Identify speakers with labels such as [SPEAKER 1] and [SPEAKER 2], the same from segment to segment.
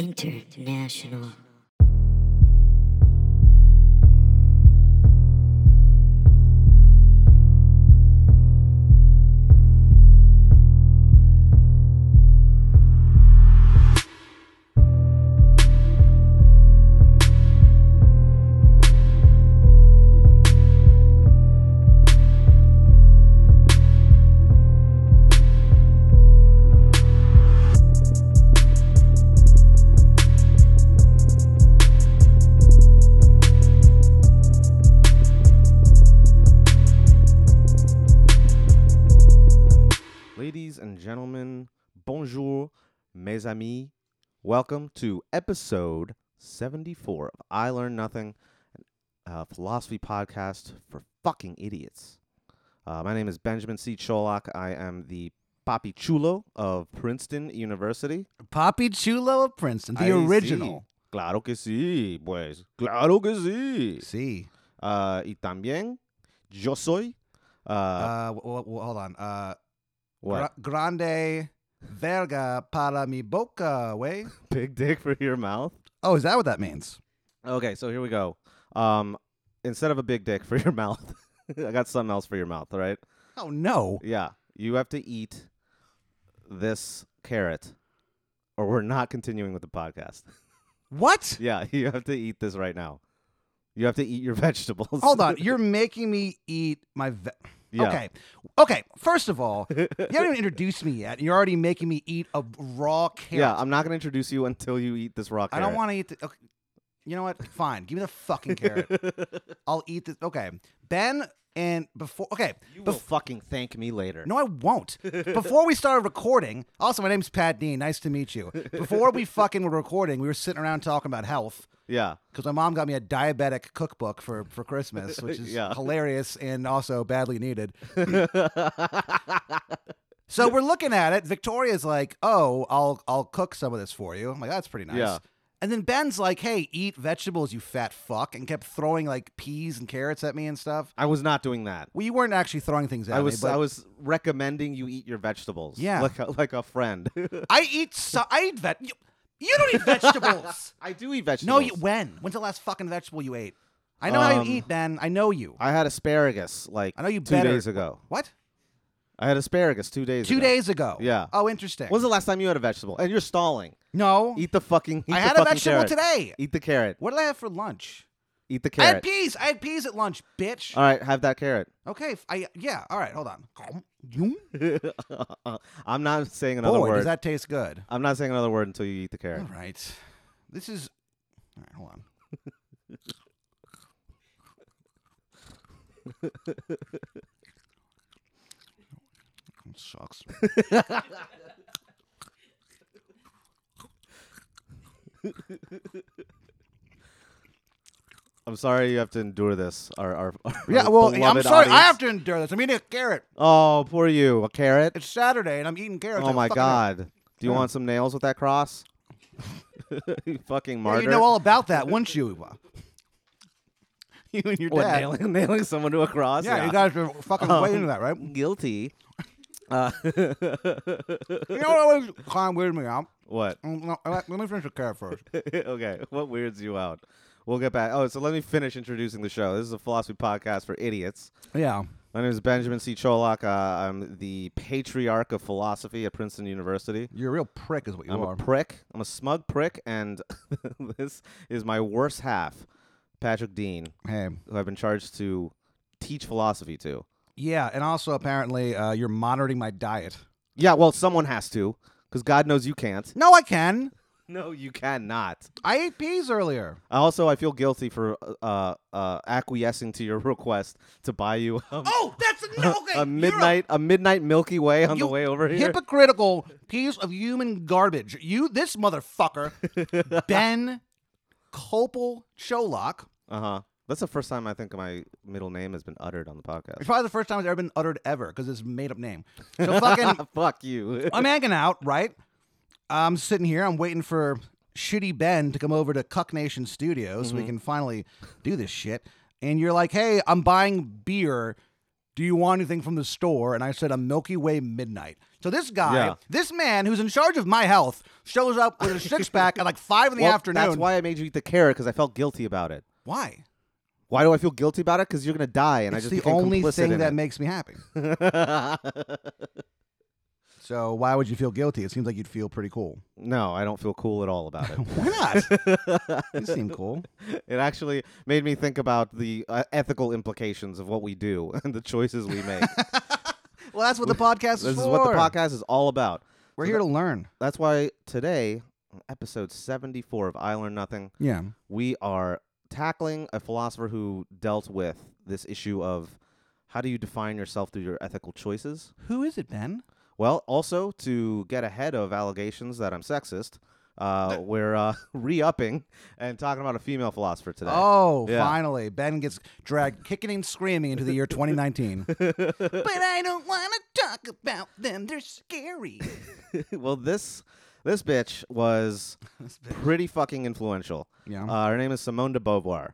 [SPEAKER 1] International.
[SPEAKER 2] Ladies and gentlemen, bonjour, mes amis. Welcome to episode 74 of I Learn Nothing, a philosophy podcast for fucking idiots. Uh, my name is Benjamin C. Cholak. I am the Papi Chulo of Princeton University.
[SPEAKER 3] Poppy Chulo of Princeton, the
[SPEAKER 2] I
[SPEAKER 3] original.
[SPEAKER 2] see. Claro que sí, pues. Claro que sí.
[SPEAKER 3] See,
[SPEAKER 2] Uh, y también, yo soy. Uh,
[SPEAKER 3] uh, w- w- hold on. Uh,
[SPEAKER 2] what?
[SPEAKER 3] gra- grande verga para mi boca, way.
[SPEAKER 2] Big dick for your mouth?
[SPEAKER 3] Oh, is that what that means?
[SPEAKER 2] Okay, so here we go. Um, instead of a big dick for your mouth, I got something else for your mouth. All right.
[SPEAKER 3] Oh no.
[SPEAKER 2] Yeah, you have to eat this carrot, or we're not continuing with the podcast.
[SPEAKER 3] What?
[SPEAKER 2] Yeah, you have to eat this right now. You have to eat your vegetables.
[SPEAKER 3] Hold on. You're making me eat my. Ve-
[SPEAKER 2] yeah.
[SPEAKER 3] Okay. Okay. First of all, you haven't even introduced me yet. and You're already making me eat a raw carrot.
[SPEAKER 2] Yeah, I'm not gonna introduce you until you eat this rock.
[SPEAKER 3] I don't want to eat the. Okay. You know what? Fine. Give me the fucking carrot. I'll eat this. Okay. Ben and before. Okay.
[SPEAKER 2] You
[SPEAKER 3] bef-
[SPEAKER 2] will fucking thank me later.
[SPEAKER 3] No, I won't. Before we started recording, also, my name's Pat Dean. Nice to meet you. Before we fucking were recording, we were sitting around talking about health
[SPEAKER 2] Yeah.
[SPEAKER 3] because my mom got me a diabetic cookbook for, for Christmas, which is
[SPEAKER 2] Yeah.
[SPEAKER 3] hilarious and also badly needed. so we're looking at it. Victoria's like, oh, I'll, I'll cook some of this for you. I'm like, that's pretty nice.
[SPEAKER 2] Yeah.
[SPEAKER 3] And then Ben's like, hey, eat vegetables, you fat fuck, and kept throwing like peas and carrots at me and stuff.
[SPEAKER 2] I was not doing that.
[SPEAKER 3] Well, you weren't actually throwing things at
[SPEAKER 2] I was
[SPEAKER 3] me. but-
[SPEAKER 2] I was recommending you eat your vegetables.
[SPEAKER 3] Yeah.
[SPEAKER 2] Like a, like a friend.
[SPEAKER 3] I eat so I eat vet. You, you don't eat vegetables.
[SPEAKER 2] I do eat vegetables.
[SPEAKER 3] no, you, when? When's the last fucking vegetable you ate? I know how
[SPEAKER 2] Um,
[SPEAKER 3] you eat, Ben. I know you.
[SPEAKER 2] I had asparagus like
[SPEAKER 3] I know you
[SPEAKER 2] two
[SPEAKER 3] better.
[SPEAKER 2] days ago.
[SPEAKER 3] What?
[SPEAKER 2] I had asparagus two days
[SPEAKER 3] Two
[SPEAKER 2] ago.
[SPEAKER 3] days ago.
[SPEAKER 2] Yeah.
[SPEAKER 3] Oh, interesting.
[SPEAKER 2] When's the last time you had a vegetable? And you're stalling.
[SPEAKER 3] no,
[SPEAKER 2] Eat the fucking. Eat the
[SPEAKER 3] I had a
[SPEAKER 2] fucking
[SPEAKER 3] vegetable
[SPEAKER 2] carrot.
[SPEAKER 3] today.
[SPEAKER 2] Eat the carrot.
[SPEAKER 3] What did I have for lunch?
[SPEAKER 2] Eat the
[SPEAKER 3] I had
[SPEAKER 2] carrot. Uh,
[SPEAKER 3] peas. I had peas at lunch, bitch.
[SPEAKER 2] All right, have that carrot.
[SPEAKER 3] Okay. f- I yeah. All right. Hold on. Boy,
[SPEAKER 2] I'm not saying another word.
[SPEAKER 3] does that taste good?
[SPEAKER 2] I'm not saying another word until you eat the
[SPEAKER 3] All
[SPEAKER 2] carrot.
[SPEAKER 3] right. This is. All right. Hold on. It sucks.
[SPEAKER 2] I'm sorry you have to endure this. Our, our, our
[SPEAKER 3] Yeah, well, I'm
[SPEAKER 2] beloved
[SPEAKER 3] sorry.
[SPEAKER 2] audience.
[SPEAKER 3] I have to endure this. I'm eating a carrot.
[SPEAKER 2] Oh, poor you. A carrot.
[SPEAKER 3] It's Saturday, and I'm eating carrots.
[SPEAKER 2] Oh
[SPEAKER 3] like a
[SPEAKER 2] my
[SPEAKER 3] fucking-
[SPEAKER 2] God. Do you
[SPEAKER 3] Yeah.
[SPEAKER 2] want some nails with that cross? you fucking
[SPEAKER 3] Yeah,
[SPEAKER 2] martyr.
[SPEAKER 3] you know all about that, wouldn't you? you and your
[SPEAKER 2] What,
[SPEAKER 3] dad.
[SPEAKER 2] nailing, nailing someone to a cross.
[SPEAKER 3] Yeah, Oh. you guys are fucking way into that, right?
[SPEAKER 2] guilty.
[SPEAKER 3] You know what always kind of weirded me out?
[SPEAKER 2] What?
[SPEAKER 3] Mm, no, Let let me finish the carrot first.
[SPEAKER 2] okay. What weirds you out? We'll get back. Oh, so let me finish introducing the show. This is a philosophy podcast for idiots.
[SPEAKER 3] Yeah.
[SPEAKER 2] My name is Benjamin C. Cholak. Uh, I'm the patriarch of philosophy at Princeton University.
[SPEAKER 3] You're a real prick, is what you
[SPEAKER 2] I'm
[SPEAKER 3] are.
[SPEAKER 2] a prick. I'm a smug prick, and this is my worst half, Patrick Dean,
[SPEAKER 3] hey.
[SPEAKER 2] who I've been charged to teach philosophy to.
[SPEAKER 3] Yeah, and also apparently uh, you're monitoring my diet.
[SPEAKER 2] Yeah, well, someone has to, because God knows you can't.
[SPEAKER 3] No, I can.
[SPEAKER 2] No, you cannot.
[SPEAKER 3] I ate peas earlier.
[SPEAKER 2] Also, I feel guilty for uh, uh, acquiescing to your request to buy you a,
[SPEAKER 3] Oh, that's no okay. you're
[SPEAKER 2] a midnight a midnight Milky Way on the
[SPEAKER 3] you
[SPEAKER 2] way over here.
[SPEAKER 3] Hypocritical piece of human garbage. You, this motherfucker, Ben Copel Cholock.
[SPEAKER 2] Uh huh. That's the first time I think my middle name has been uttered on the
[SPEAKER 3] It's
[SPEAKER 2] podcast.
[SPEAKER 3] probably the first time it's ever been uttered ever because it's a made up name. So fucking
[SPEAKER 2] Fuck you.
[SPEAKER 3] I'm hanging out, right? I'm sitting here. I'm waiting for Shitty Ben to come over to Cuck Nation
[SPEAKER 2] Mm-hmm.
[SPEAKER 3] Studios so we can finally do this shit. And you're like, hey, I'm buying beer. Do you want anything from the store? And I said, A Milky Way Midnight. So this guy,
[SPEAKER 2] Yeah.
[SPEAKER 3] this man who's in charge of my health, shows up with a six pack at like five in the
[SPEAKER 2] Well,
[SPEAKER 3] afternoon.
[SPEAKER 2] That's why I made you eat the carrot because I felt guilty about it.
[SPEAKER 3] Why?
[SPEAKER 2] Why do I feel guilty about it? Because you're gonna die, and I
[SPEAKER 3] it's
[SPEAKER 2] just
[SPEAKER 3] the
[SPEAKER 2] became
[SPEAKER 3] only
[SPEAKER 2] complicit
[SPEAKER 3] thing
[SPEAKER 2] in
[SPEAKER 3] that
[SPEAKER 2] it.
[SPEAKER 3] makes me happy. So why would you feel guilty? It seems like you'd feel pretty cool.
[SPEAKER 2] no, I don't feel cool at all about it.
[SPEAKER 3] Why not? you seem cool.
[SPEAKER 2] it actually made me think about the uh, ethical implications of what we do and the choices we make.
[SPEAKER 3] Well, that's what the podcast is
[SPEAKER 2] this
[SPEAKER 3] for.
[SPEAKER 2] is what the podcast is all about.
[SPEAKER 3] We're
[SPEAKER 2] so
[SPEAKER 3] here
[SPEAKER 2] that-
[SPEAKER 3] to learn.
[SPEAKER 2] That's why today, on episode 74 of I Learn Nothing,
[SPEAKER 3] Yeah.
[SPEAKER 2] we are tackling a philosopher who dealt with this issue of how do you define yourself through your ethical choices?
[SPEAKER 3] Who is it, Ben?
[SPEAKER 2] Well, also to get ahead of allegations that I'm sexist, uh, we're uh, re-upping and talking about a female philosopher today.
[SPEAKER 3] Oh,
[SPEAKER 2] Yeah.
[SPEAKER 3] finally. Ben gets dragged kicking and screaming into the year 2019. but I don't want to talk about them. They're scary.
[SPEAKER 2] well, this this bitch was pretty fucking influential.
[SPEAKER 3] Yeah.
[SPEAKER 2] Uh, her name is Simone de Beauvoir.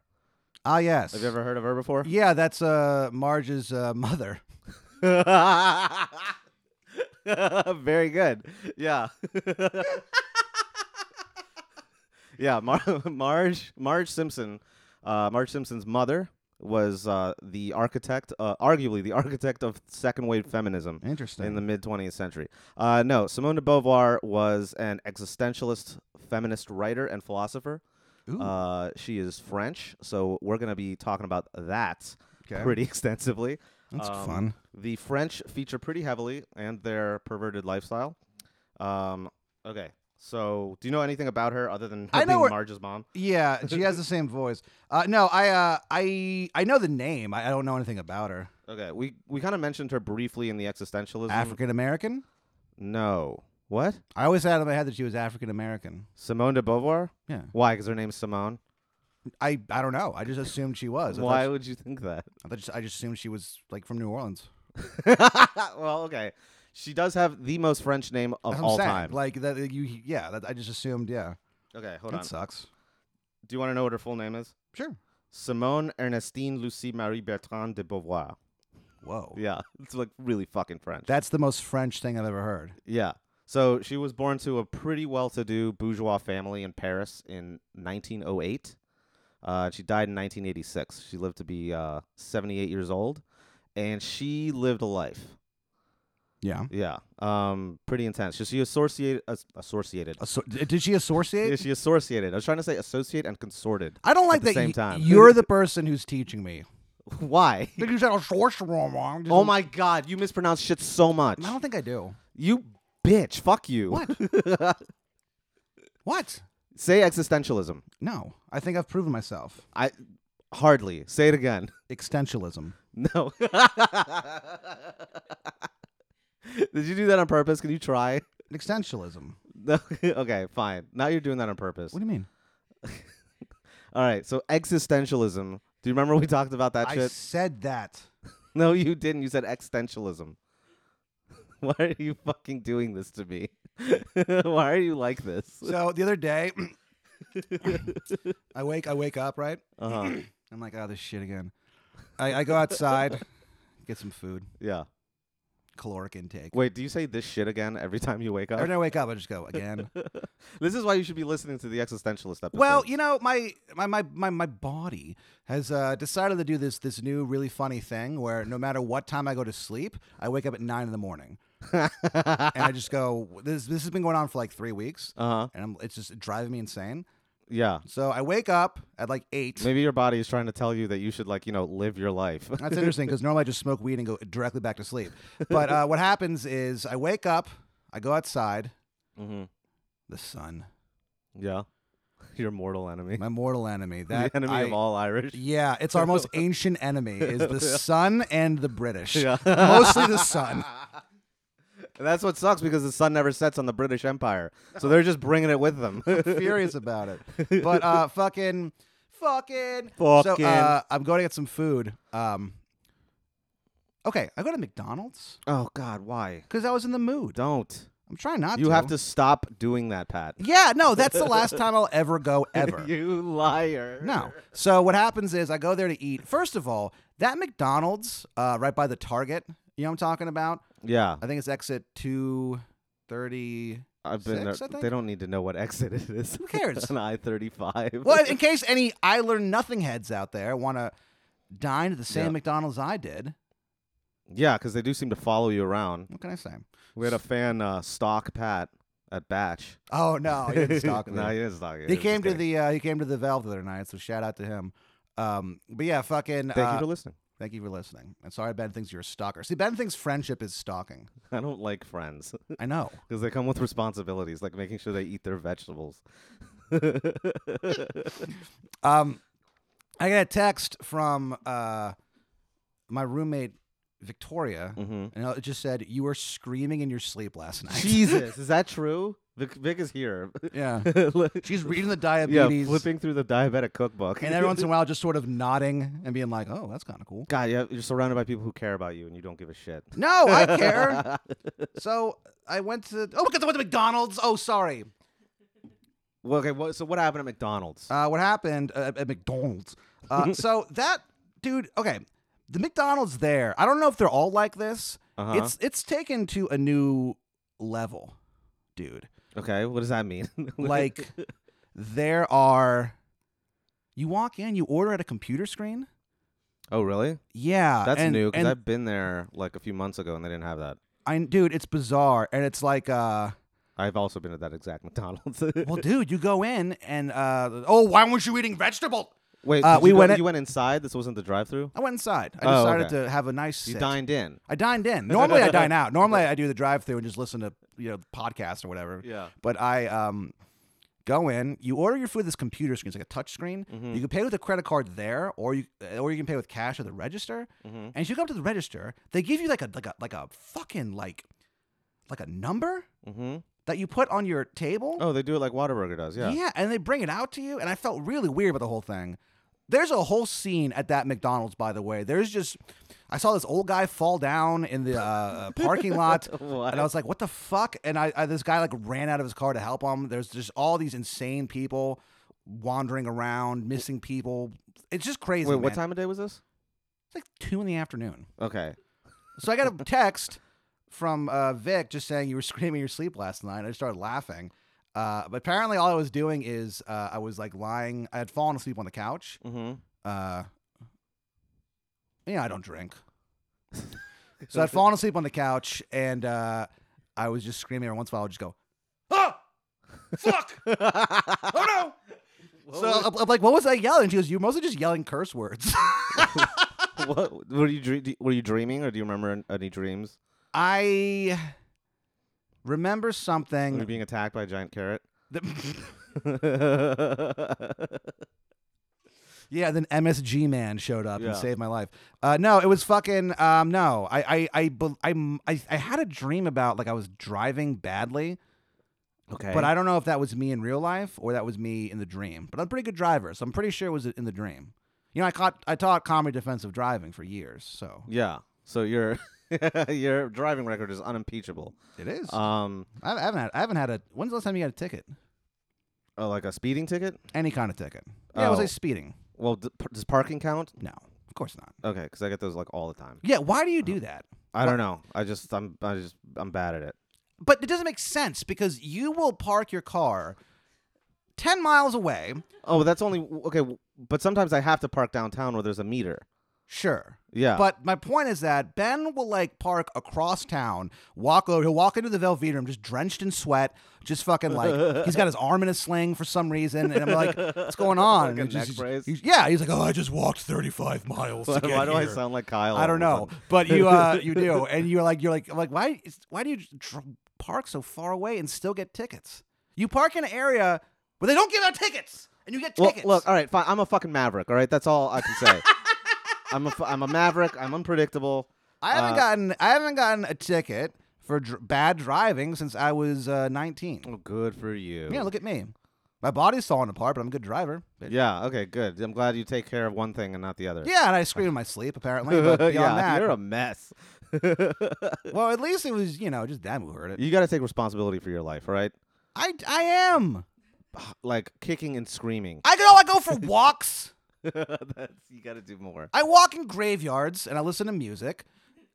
[SPEAKER 3] ah, yes.
[SPEAKER 2] Have you ever heard of her before?
[SPEAKER 3] Yeah, that's uh, Marge's uh, mother.
[SPEAKER 2] Very good. Yeah. yeah. Mar- Marge Marge Simpson, uh, Marge Simpson's mother was uh, the architect, uh, arguably the architect of second wave feminism
[SPEAKER 3] Interesting.
[SPEAKER 2] in the mid 20th century. Uh, no, Simone de Beauvoir was an existentialist feminist writer and philosopher.
[SPEAKER 3] Ooh.
[SPEAKER 2] Uh, she is French, so we're going to be talking about that
[SPEAKER 3] Okay.
[SPEAKER 2] pretty extensively.
[SPEAKER 3] That's
[SPEAKER 2] Um,
[SPEAKER 3] fun.
[SPEAKER 2] The French feature pretty heavily and their perverted lifestyle. Um, okay, so do you know anything about her other than her
[SPEAKER 3] I know
[SPEAKER 2] being
[SPEAKER 3] her-
[SPEAKER 2] Marge's mom?
[SPEAKER 3] Yeah, she has the same voice. Uh, no, I, uh, I, I know the name. I, I don't know anything about her.
[SPEAKER 2] Okay, we we kind of mentioned her briefly in the existentialism.
[SPEAKER 3] African American.
[SPEAKER 2] no, what?
[SPEAKER 3] I always had in my head that she was African American.
[SPEAKER 2] Simone de Beauvoir?
[SPEAKER 3] Yeah.
[SPEAKER 2] Why? Because her name's Simone.
[SPEAKER 3] I, I don't know. I just assumed she was. I
[SPEAKER 2] Why
[SPEAKER 3] thought
[SPEAKER 2] would you think that?
[SPEAKER 3] she- I, thought just, I just assumed she was like from New Orleans.
[SPEAKER 2] well, okay. She does have the most French name of
[SPEAKER 3] That's what I'm
[SPEAKER 2] all
[SPEAKER 3] saying.
[SPEAKER 2] time.
[SPEAKER 3] Like that, you. Yeah, that, I just assumed. Yeah,
[SPEAKER 2] okay, hold
[SPEAKER 3] that
[SPEAKER 2] on.
[SPEAKER 3] sucks.
[SPEAKER 2] Do you want to know what her full name is?
[SPEAKER 3] Sure.
[SPEAKER 2] Simone Ernestine Lucie Marie Bertrand de Beauvoir.
[SPEAKER 3] Whoa.
[SPEAKER 2] Yeah, it's like really fucking French.
[SPEAKER 3] That's the most French thing I've ever heard.
[SPEAKER 2] yeah. So she was born to a pretty well-to-do bourgeois family in Paris in 1908. Uh, she died in 1986. She lived to be uh, 78 years old, and she lived a life.
[SPEAKER 3] Yeah.
[SPEAKER 2] Yeah, um, pretty intense. She- She associated, as- associated.
[SPEAKER 3] Asso- did she associate?
[SPEAKER 2] Yeah, she associated. I was trying to say associate and consorted.
[SPEAKER 3] I don't like
[SPEAKER 2] at the
[SPEAKER 3] that.
[SPEAKER 2] same
[SPEAKER 3] y-
[SPEAKER 2] time.
[SPEAKER 3] You're the person who's teaching me.
[SPEAKER 2] Why?
[SPEAKER 3] Because you said associate.
[SPEAKER 2] Oh my god, you mispronounce shit so much.
[SPEAKER 3] I don't think I do.
[SPEAKER 2] You bitch, fuck you. What?
[SPEAKER 3] What?
[SPEAKER 2] Say existentialism.
[SPEAKER 3] No, I think I've proven myself.
[SPEAKER 2] I hardly. Say it again.
[SPEAKER 3] Existentialism.
[SPEAKER 2] No. Did you do that on purpose? Can you try?
[SPEAKER 3] Existentialism.
[SPEAKER 2] No. okay, fine. Now you're doing that on purpose.
[SPEAKER 3] What do you mean?
[SPEAKER 2] All right. So existentialism. Do you remember we talked about that
[SPEAKER 3] I
[SPEAKER 2] shit?
[SPEAKER 3] said that.
[SPEAKER 2] No, you didn't. You said existentialism. Why are you fucking doing this to me? Why are you like this?
[SPEAKER 3] So the other day, I wake I wake up right.
[SPEAKER 2] Uh-huh.
[SPEAKER 3] I'm like, oh, this shit again. I, I go outside, get some food,
[SPEAKER 2] Yeah.
[SPEAKER 3] caloric intake.
[SPEAKER 2] Wait, do you say this shit again every time you wake up?
[SPEAKER 3] Every time I wake up, I just go again.
[SPEAKER 2] This is why you should be listening to the existentialist episode.
[SPEAKER 3] Well, you know, my my my my, my body has uh, decided to do this this new really funny thing where no matter what time I go to sleep, I wake up at nine in the morning, and I just go. This this has been going on for like three weeks,
[SPEAKER 2] uh huh.
[SPEAKER 3] and I'm, it's just driving me insane.
[SPEAKER 2] Yeah.
[SPEAKER 3] So I wake up at like eight.
[SPEAKER 2] Maybe your body is trying to tell you that you should like you know live your life.
[SPEAKER 3] That's interesting because normally I just smoke weed and go directly back to sleep. But uh, what happens is I wake up, I go outside,
[SPEAKER 2] mm-hmm.
[SPEAKER 3] the sun,
[SPEAKER 2] Yeah. Your mortal enemy,
[SPEAKER 3] my mortal enemy, that
[SPEAKER 2] the enemy
[SPEAKER 3] I-
[SPEAKER 2] of all Irish.
[SPEAKER 3] Yeah, it's our most ancient enemy is the sun and the British.
[SPEAKER 2] Yeah.
[SPEAKER 3] Mostly the sun.
[SPEAKER 2] And that's what sucks because the sun never sets on the British Empire, so they're just bringing it with them.
[SPEAKER 3] Furious about it. But uh fucking fucking So
[SPEAKER 2] Fucking.
[SPEAKER 3] uh, I'm going to get some food. Um Okay, I go to McDonald's
[SPEAKER 2] oh God, why?
[SPEAKER 3] cuz I was in the mood.
[SPEAKER 2] Don't.
[SPEAKER 3] I'm trying not
[SPEAKER 2] You
[SPEAKER 3] to.
[SPEAKER 2] have to stop doing that, Pat.
[SPEAKER 3] Yeah, no, that's the last time I'll ever go ever.
[SPEAKER 2] you liar.
[SPEAKER 3] No. So what happens is I go there to eat. First of all, that McDonald's uh, right by the Target, you know what I'm talking about?
[SPEAKER 2] Yeah,
[SPEAKER 3] I think it's exit 230.
[SPEAKER 2] I've been
[SPEAKER 3] Six,
[SPEAKER 2] there.
[SPEAKER 3] I
[SPEAKER 2] They don't need to know what exit it is.
[SPEAKER 3] Who cares?
[SPEAKER 2] on I thirty five.
[SPEAKER 3] Well, in case any I Learn Nothing heads out there want to dine at the same
[SPEAKER 2] Yeah.
[SPEAKER 3] McDonald's I did,
[SPEAKER 2] Yeah, because they do seem to follow you around.
[SPEAKER 3] what can I say?
[SPEAKER 2] We had a fan uh, stalk Pat at Batch.
[SPEAKER 3] Oh, no, he didn't stalk me.
[SPEAKER 2] no, he didn't stalk you.
[SPEAKER 3] He
[SPEAKER 2] was
[SPEAKER 3] came
[SPEAKER 2] just
[SPEAKER 3] to
[SPEAKER 2] kidding.
[SPEAKER 3] the uh, he came to the Valve the other night, so shout out to him. Um, but yeah, fucking.
[SPEAKER 2] Thank
[SPEAKER 3] uh,
[SPEAKER 2] you for listening.
[SPEAKER 3] thank you for listening. And sorry, Ben thinks you're a stalker. See, Ben thinks friendship is stalking.
[SPEAKER 2] I don't like friends
[SPEAKER 3] I know.
[SPEAKER 2] because they come with responsibilities, like making sure they eat their vegetables.
[SPEAKER 3] Um, I got a text from uh, my roommate Victoria,
[SPEAKER 2] hmm
[SPEAKER 3] and it just said, "You were screaming in your sleep last night."
[SPEAKER 2] Jesus, is that true? Vic, Vic is here.
[SPEAKER 3] yeah,
[SPEAKER 2] Look-
[SPEAKER 3] she's reading the
[SPEAKER 2] yeah,
[SPEAKER 3] diabetes,
[SPEAKER 2] flipping through the diabetic cookbook.
[SPEAKER 3] and every once in a while, just sort of nodding and being like, "Oh, that's kind of cool."
[SPEAKER 2] God, yeah, you're surrounded by people who care about you, and you don't give a shit.
[SPEAKER 3] No, I care. so I went to oh, look at the went to McDonald's. Oh, sorry.
[SPEAKER 2] Well, okay, well, so what happened at McDonald's?
[SPEAKER 3] Uh, what happened uh, at McDonald's? Uh, so that dude, okay, the McDonald's there. I don't know if they're all like this.
[SPEAKER 2] Uh-huh.
[SPEAKER 3] It's it's taken to a new level, dude.
[SPEAKER 2] okay, what does that mean?
[SPEAKER 3] Like there are you walk in, you order at a computer screen?
[SPEAKER 2] oh, really?
[SPEAKER 3] Yeah.
[SPEAKER 2] That's
[SPEAKER 3] and,
[SPEAKER 2] new because
[SPEAKER 3] and
[SPEAKER 2] I've been there like a few months ago, and they didn't have that.
[SPEAKER 3] I dude, it's bizarre and it's like uh
[SPEAKER 2] I've also been at that exact McDonald's.
[SPEAKER 3] well dude, you go in and uh oh, why weren't you eating vegetable?
[SPEAKER 2] Wait,
[SPEAKER 3] uh,
[SPEAKER 2] did
[SPEAKER 3] we
[SPEAKER 2] you go-
[SPEAKER 3] went at-
[SPEAKER 2] you went inside. This wasn't the drive-through.
[SPEAKER 3] I went inside. I
[SPEAKER 2] Oh,
[SPEAKER 3] decided
[SPEAKER 2] okay.
[SPEAKER 3] to have a nice
[SPEAKER 2] You
[SPEAKER 3] sit.
[SPEAKER 2] dined in.
[SPEAKER 3] I dined in. Normally I dine out. Normally I do the drive through and just listen to you know podcast or whatever.
[SPEAKER 2] Yeah.
[SPEAKER 3] But I um go in, you order your food at this computer screen, it's like a touch screen.
[SPEAKER 2] Mm-hmm.
[SPEAKER 3] You can pay with a credit card there, or you or you can pay with cash at the register.
[SPEAKER 2] Mm-hmm.
[SPEAKER 3] And as you go up to the register, they give you like a like a like a fucking like like a number
[SPEAKER 2] Mm-hmm.
[SPEAKER 3] that you put on your table.
[SPEAKER 2] Oh, they do it like Whataburger does. Yeah.
[SPEAKER 3] and they bring it out to you, and I felt really weird about the whole thing. There's a whole scene at that McDonald's, by the way. There's just, I saw this old guy fall down in the uh, parking lot,
[SPEAKER 2] What?
[SPEAKER 3] and I was like, "What the fuck?" And I, I this guy like ran out of his car to help him. There's just all these insane people wandering around, missing people. It's just crazy.
[SPEAKER 2] Wait, what
[SPEAKER 3] man.
[SPEAKER 2] time of day was this?
[SPEAKER 3] It's like two in the afternoon.
[SPEAKER 2] Okay.
[SPEAKER 3] So I got a text from uh, Vic just saying you were screaming in your sleep last night. I just started laughing. Uh, but apparently, all I was doing is uh, I was like lying. I had fallen asleep on the couch.
[SPEAKER 2] Mm-hmm.
[SPEAKER 3] Uh, yeah, I don't drink. so I'd fallen asleep on the couch and uh, I was just screaming. Every once in a while, I would just go, ah, fuck, oh no. So I'm, I'm like, what was I yelling? She goes, you're mostly just yelling curse words.
[SPEAKER 2] uh, what were you dre- do- were you dreaming or do you remember an- any dreams?
[SPEAKER 3] I remember something.
[SPEAKER 2] Were you being attacked by a giant carrot?
[SPEAKER 3] that-
[SPEAKER 2] That's
[SPEAKER 3] Yeah, then MSG Man showed up
[SPEAKER 2] Yeah.
[SPEAKER 3] and saved my life. Uh, no, it was fucking. Um, no, I, I, I, bel- I'm- I, I had a dream about like I was driving badly,
[SPEAKER 2] okay.
[SPEAKER 3] but I don't know if that was me in real life or that was me in the dream. But I'm a pretty good driver, so I'm pretty sure it was in the dream. You know, I caught, I taught comedy defensive driving for years, so
[SPEAKER 2] yeah. So your your driving record is unimpeachable.
[SPEAKER 3] it is.
[SPEAKER 2] Um,
[SPEAKER 3] I haven't had, I haven't had a. When's the last time you got a ticket?
[SPEAKER 2] oh, like a speeding ticket?
[SPEAKER 3] Any kind of ticket? Yeah, it was
[SPEAKER 2] Oh.
[SPEAKER 3] like speeding.
[SPEAKER 2] Well, d- p- does parking count?
[SPEAKER 3] No, of course not.
[SPEAKER 2] Okay, because I get those like all the time.
[SPEAKER 3] Yeah, why do you
[SPEAKER 2] Uh-huh.
[SPEAKER 3] do that?
[SPEAKER 2] I don't know. I just I'm I just I'm bad at it.
[SPEAKER 3] but it doesn't make sense because you will park your car 10 miles away
[SPEAKER 2] Oh, that's only okay. w- But sometimes I have to park downtown where there's a meter.
[SPEAKER 3] sure
[SPEAKER 2] Yeah.
[SPEAKER 3] but my point is that ben will like park across town walk over he'll walk into the velvetum just drenched in sweat just fucking like he's got his arm in a sling for some reason and i'm like what's going on And
[SPEAKER 2] a
[SPEAKER 3] he just-
[SPEAKER 2] neck brace?
[SPEAKER 3] he's- yeah he's like oh i just walked 35 miles to
[SPEAKER 2] why,
[SPEAKER 3] get
[SPEAKER 2] why do I
[SPEAKER 3] here."
[SPEAKER 2] sound like Kyle?
[SPEAKER 3] I don't
[SPEAKER 2] all
[SPEAKER 3] know,
[SPEAKER 2] of a sudden?
[SPEAKER 3] but you uh, you do, and you're like you're like I'm like why is- why do you dr- park so far away and still get tickets? You park in an area where they don't give out tickets, and you get
[SPEAKER 2] Well,
[SPEAKER 3] tickets.
[SPEAKER 2] look, all right, fine. I'm a fucking maverick. All right, that's all I can say. I'm a fu- I'm a maverick. I'm unpredictable.
[SPEAKER 3] I haven't
[SPEAKER 2] uh,
[SPEAKER 3] gotten I haven't gotten a ticket for dr- bad driving since I was uh, 19.
[SPEAKER 2] Oh, good for you.
[SPEAKER 3] Yeah, look at me. My body's falling apart, but I'm a good driver. bitch.
[SPEAKER 2] Yeah. Okay. Good. I'm glad you take care of one thing and not the other.
[SPEAKER 3] Yeah, and I scream in my sleep apparently. But beyond
[SPEAKER 2] yeah.
[SPEAKER 3] that,
[SPEAKER 2] You're a mess.
[SPEAKER 3] well, at least it was you know just that who heard it.
[SPEAKER 2] You got to take responsibility for your life, all right?
[SPEAKER 3] I I am.
[SPEAKER 2] Like kicking and screaming.
[SPEAKER 3] I go I go for walks.
[SPEAKER 2] That's, you got to do more.
[SPEAKER 3] I walk in graveyards and I listen to music.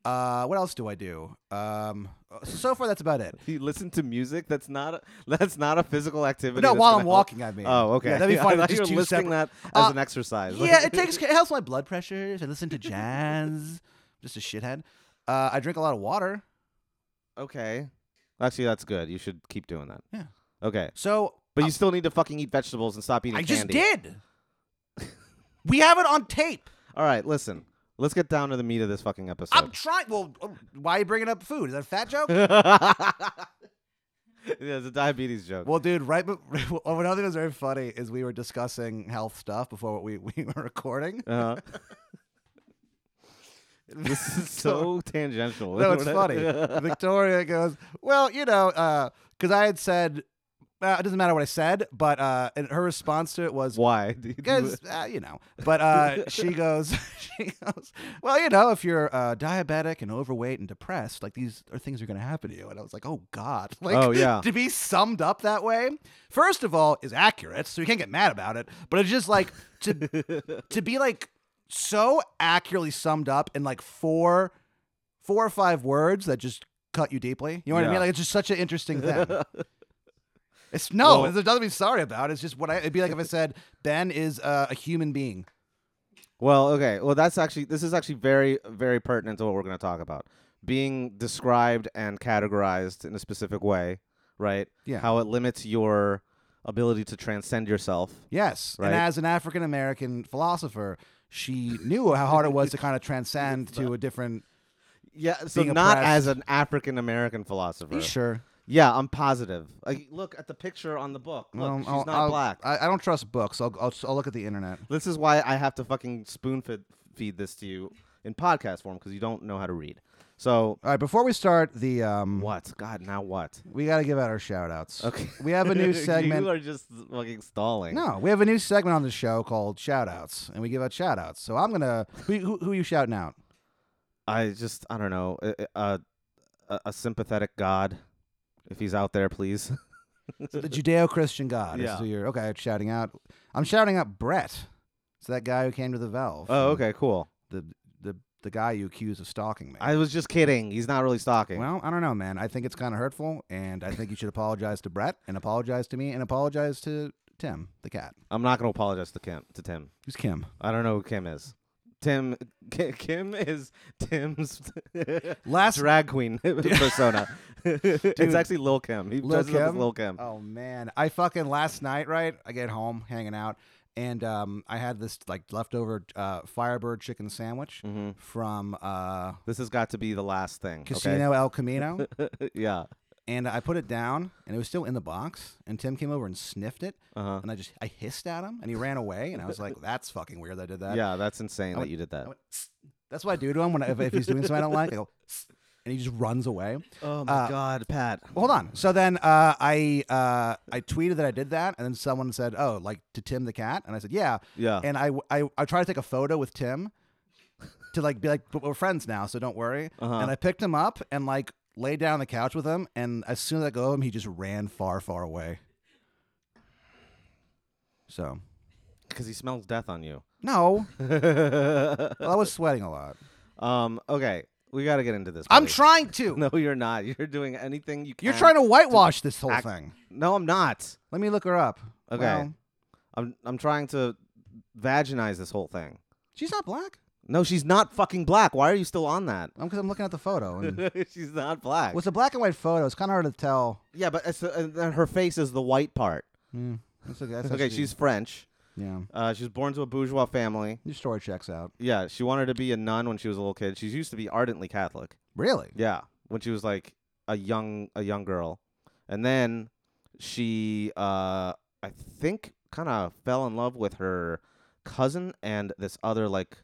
[SPEAKER 3] Uh, what else do I do? Um, so far that's about it.
[SPEAKER 2] You listen to music. That's not a, that's not a physical activity.
[SPEAKER 3] No,
[SPEAKER 2] that's
[SPEAKER 3] while
[SPEAKER 2] gonna
[SPEAKER 3] I'm
[SPEAKER 2] help-
[SPEAKER 3] walking, I mean.
[SPEAKER 2] Oh, okay.
[SPEAKER 3] Yeah, that'd be
[SPEAKER 2] I
[SPEAKER 3] fun.
[SPEAKER 2] thought
[SPEAKER 3] Just
[SPEAKER 2] you
[SPEAKER 3] two
[SPEAKER 2] were listing
[SPEAKER 3] separate-
[SPEAKER 2] that as
[SPEAKER 3] Uh,
[SPEAKER 2] an exercise.
[SPEAKER 3] Yeah, it takes it helps my blood pressure. If I listen to jazz, just a shithead. Uh, I drink a lot of water.
[SPEAKER 2] okay. Actually, that's good. You should keep doing that.
[SPEAKER 3] Yeah.
[SPEAKER 2] Okay.
[SPEAKER 3] So
[SPEAKER 2] But you still need to fucking eat vegetables and stop eating
[SPEAKER 3] Uh, I
[SPEAKER 2] candy.
[SPEAKER 3] just did. we have it on tape.
[SPEAKER 2] All right, listen. Let's get down to the meat of this fucking episode.
[SPEAKER 3] I'm trying. Well, uh, why are you bringing up food? Is that a fat joke?
[SPEAKER 2] yeah, it's a diabetes joke.
[SPEAKER 3] well, dude, right. But another thing that's very funny is we were discussing health stuff before we, we were recording.
[SPEAKER 2] Uh-huh. this is so tangential.
[SPEAKER 3] No, it's funny. Victoria goes, well, you know, because I had said, uh, it doesn't matter what I said, but uh, and her response to it was,
[SPEAKER 2] Why? do you do
[SPEAKER 3] because
[SPEAKER 2] it?
[SPEAKER 3] uh, you know but uh, she goes she goes well you know if you're uh, diabetic and overweight and depressed like these are things that are going to happen to you and i was like oh god like
[SPEAKER 2] Oh, yeah.
[SPEAKER 3] to be summed up that way first of all is accurate so you can't get mad about it but it's just like to to be like so accurately summed up in like four four or five words that just cut you deeply you know what i
[SPEAKER 2] Yeah.
[SPEAKER 3] mean like it's just such an interesting thing it's no,
[SPEAKER 2] Well-
[SPEAKER 3] there's nothing to be sorry about. It's just what I. It'd be like if I said Ben is uh, a human being.
[SPEAKER 2] Well, okay. Well, that's actually this is actually very very pertinent to what we're going to talk about. Being described and categorized in a specific way, right?
[SPEAKER 3] Yeah.
[SPEAKER 2] How it limits your ability to transcend yourself.
[SPEAKER 3] Yes,
[SPEAKER 2] Right.
[SPEAKER 3] and as an African American philosopher, she knew how hard it was to kind of transcend to a different.
[SPEAKER 2] Yeah, so
[SPEAKER 3] Being
[SPEAKER 2] not
[SPEAKER 3] oppressed.
[SPEAKER 2] as an African American philosopher.
[SPEAKER 3] You sure?
[SPEAKER 2] Yeah, I'm positive. Like, look at the picture on the book. Look,
[SPEAKER 3] Um,
[SPEAKER 2] she's
[SPEAKER 3] I'll-
[SPEAKER 2] not
[SPEAKER 3] I'll-
[SPEAKER 2] black.
[SPEAKER 3] I, I don't trust books. I'll, I'll I'll look at the internet.
[SPEAKER 2] This is why I have to fucking spoon feed, feed this to you in podcast form because you don't know how to read. So
[SPEAKER 3] All right, before we start the um,
[SPEAKER 2] what? God, now what?
[SPEAKER 3] we got to give out our shout outs.
[SPEAKER 2] Okay.
[SPEAKER 3] We have a new
[SPEAKER 2] you
[SPEAKER 3] segment.
[SPEAKER 2] are just fucking stalling.
[SPEAKER 3] No, we have a new segment on the show called shout outs, and we give out shout outs. So I'm gonna who who, who are you shouting out?
[SPEAKER 2] I just I don't know. A, a, a- a sympathetic God, if he's out there, please.
[SPEAKER 3] the Judeo-Christian God.
[SPEAKER 2] Uh, Yeah.
[SPEAKER 3] Is who you're, okay, I'm shouting out. I'm shouting out Brett. It's that guy who came to the Valve.
[SPEAKER 2] Oh, okay, cool.
[SPEAKER 3] The the the guy you accused of stalking me.
[SPEAKER 2] I was just kidding. He's not really stalking.
[SPEAKER 3] well, I don't know, man. I think it's kind of hurtful, and I think you should apologize to Brett, and apologize to me, and apologize to Tim, the cat.
[SPEAKER 2] I'm not gonna apologize to Kim. To Tim,
[SPEAKER 3] Who's Kim?
[SPEAKER 2] I don't know who Kim is. Tim, Ki- Kim is Tim's
[SPEAKER 3] Last.
[SPEAKER 2] drag queen persona. it's actually Lil Kim. He
[SPEAKER 3] Lil
[SPEAKER 2] dresses up as
[SPEAKER 3] Kim?
[SPEAKER 2] Lil Kim.
[SPEAKER 3] Oh man, I fucking last night, right? I get home, hanging out, and um, I had this like leftover uh, Firebird chicken sandwich
[SPEAKER 2] Mhm.
[SPEAKER 3] from uh,
[SPEAKER 2] This has got to be the last thing.
[SPEAKER 3] Casino El Camino.
[SPEAKER 2] Okay? yeah.
[SPEAKER 3] and I put it down, and it was still in the box. And Tim came over and sniffed it,
[SPEAKER 2] Uh
[SPEAKER 3] and I just I hissed at him, and he ran away. And I was like, "That's fucking weird. that I did
[SPEAKER 2] huh.
[SPEAKER 3] that."
[SPEAKER 2] Yeah, that's insane that
[SPEAKER 3] went-
[SPEAKER 2] you did that.
[SPEAKER 3] I went, "Tss." That's what I do to him when I, if, if he's doing something I don't like. I go, "Tss," and he just runs away.
[SPEAKER 2] Oh my
[SPEAKER 3] uh,
[SPEAKER 2] God, Pat.
[SPEAKER 3] Well, hold on. So then uh, I uh, I tweeted that I did that, and then someone said, "Oh, like to Tim the cat," and I said, "Yeah."
[SPEAKER 2] Yeah.
[SPEAKER 3] And I I I tried to take a photo with Tim to like be like, "But we're friends now, so don't worry."
[SPEAKER 2] Uh-huh.
[SPEAKER 3] And I picked him up and like lay down on the couch with him, and as soon as I go him, he just ran far, far away. So
[SPEAKER 2] Because he smells death on you.
[SPEAKER 3] no, Well, I was sweating a lot.
[SPEAKER 2] Um. Okay, we got to get into this.
[SPEAKER 3] I'm
[SPEAKER 2] buddy.
[SPEAKER 3] trying to.
[SPEAKER 2] No, you're not. You're doing anything you can.
[SPEAKER 3] You're trying to whitewash this whole
[SPEAKER 2] act-
[SPEAKER 3] thing.
[SPEAKER 2] No, I'm not.
[SPEAKER 3] Let me look her up.
[SPEAKER 2] Okay.
[SPEAKER 3] Well,
[SPEAKER 2] I'm. I'm trying to vaginize this whole thing.
[SPEAKER 3] she's not black.
[SPEAKER 2] No, she's not fucking black. Why are you still on that?
[SPEAKER 3] I'm because I'm looking at the photo. And
[SPEAKER 2] she's not black.
[SPEAKER 3] Well, it's a black and white photo. It's kind of hard to tell.
[SPEAKER 2] yeah, but it's, uh, uh, her face is the white part.
[SPEAKER 3] Hmm. That's okay. That's
[SPEAKER 2] Okay,
[SPEAKER 3] actually-
[SPEAKER 2] she's French.
[SPEAKER 3] yeah.
[SPEAKER 2] Uh, she was born to a bourgeois family.
[SPEAKER 3] Your story checks out.
[SPEAKER 2] Yeah, she wanted to be a nun when she was a little kid. She used to be ardently Catholic.
[SPEAKER 3] Really?
[SPEAKER 2] Yeah, when she was like a young a young girl, and then she uh I think kind of fell in love with her cousin and this other like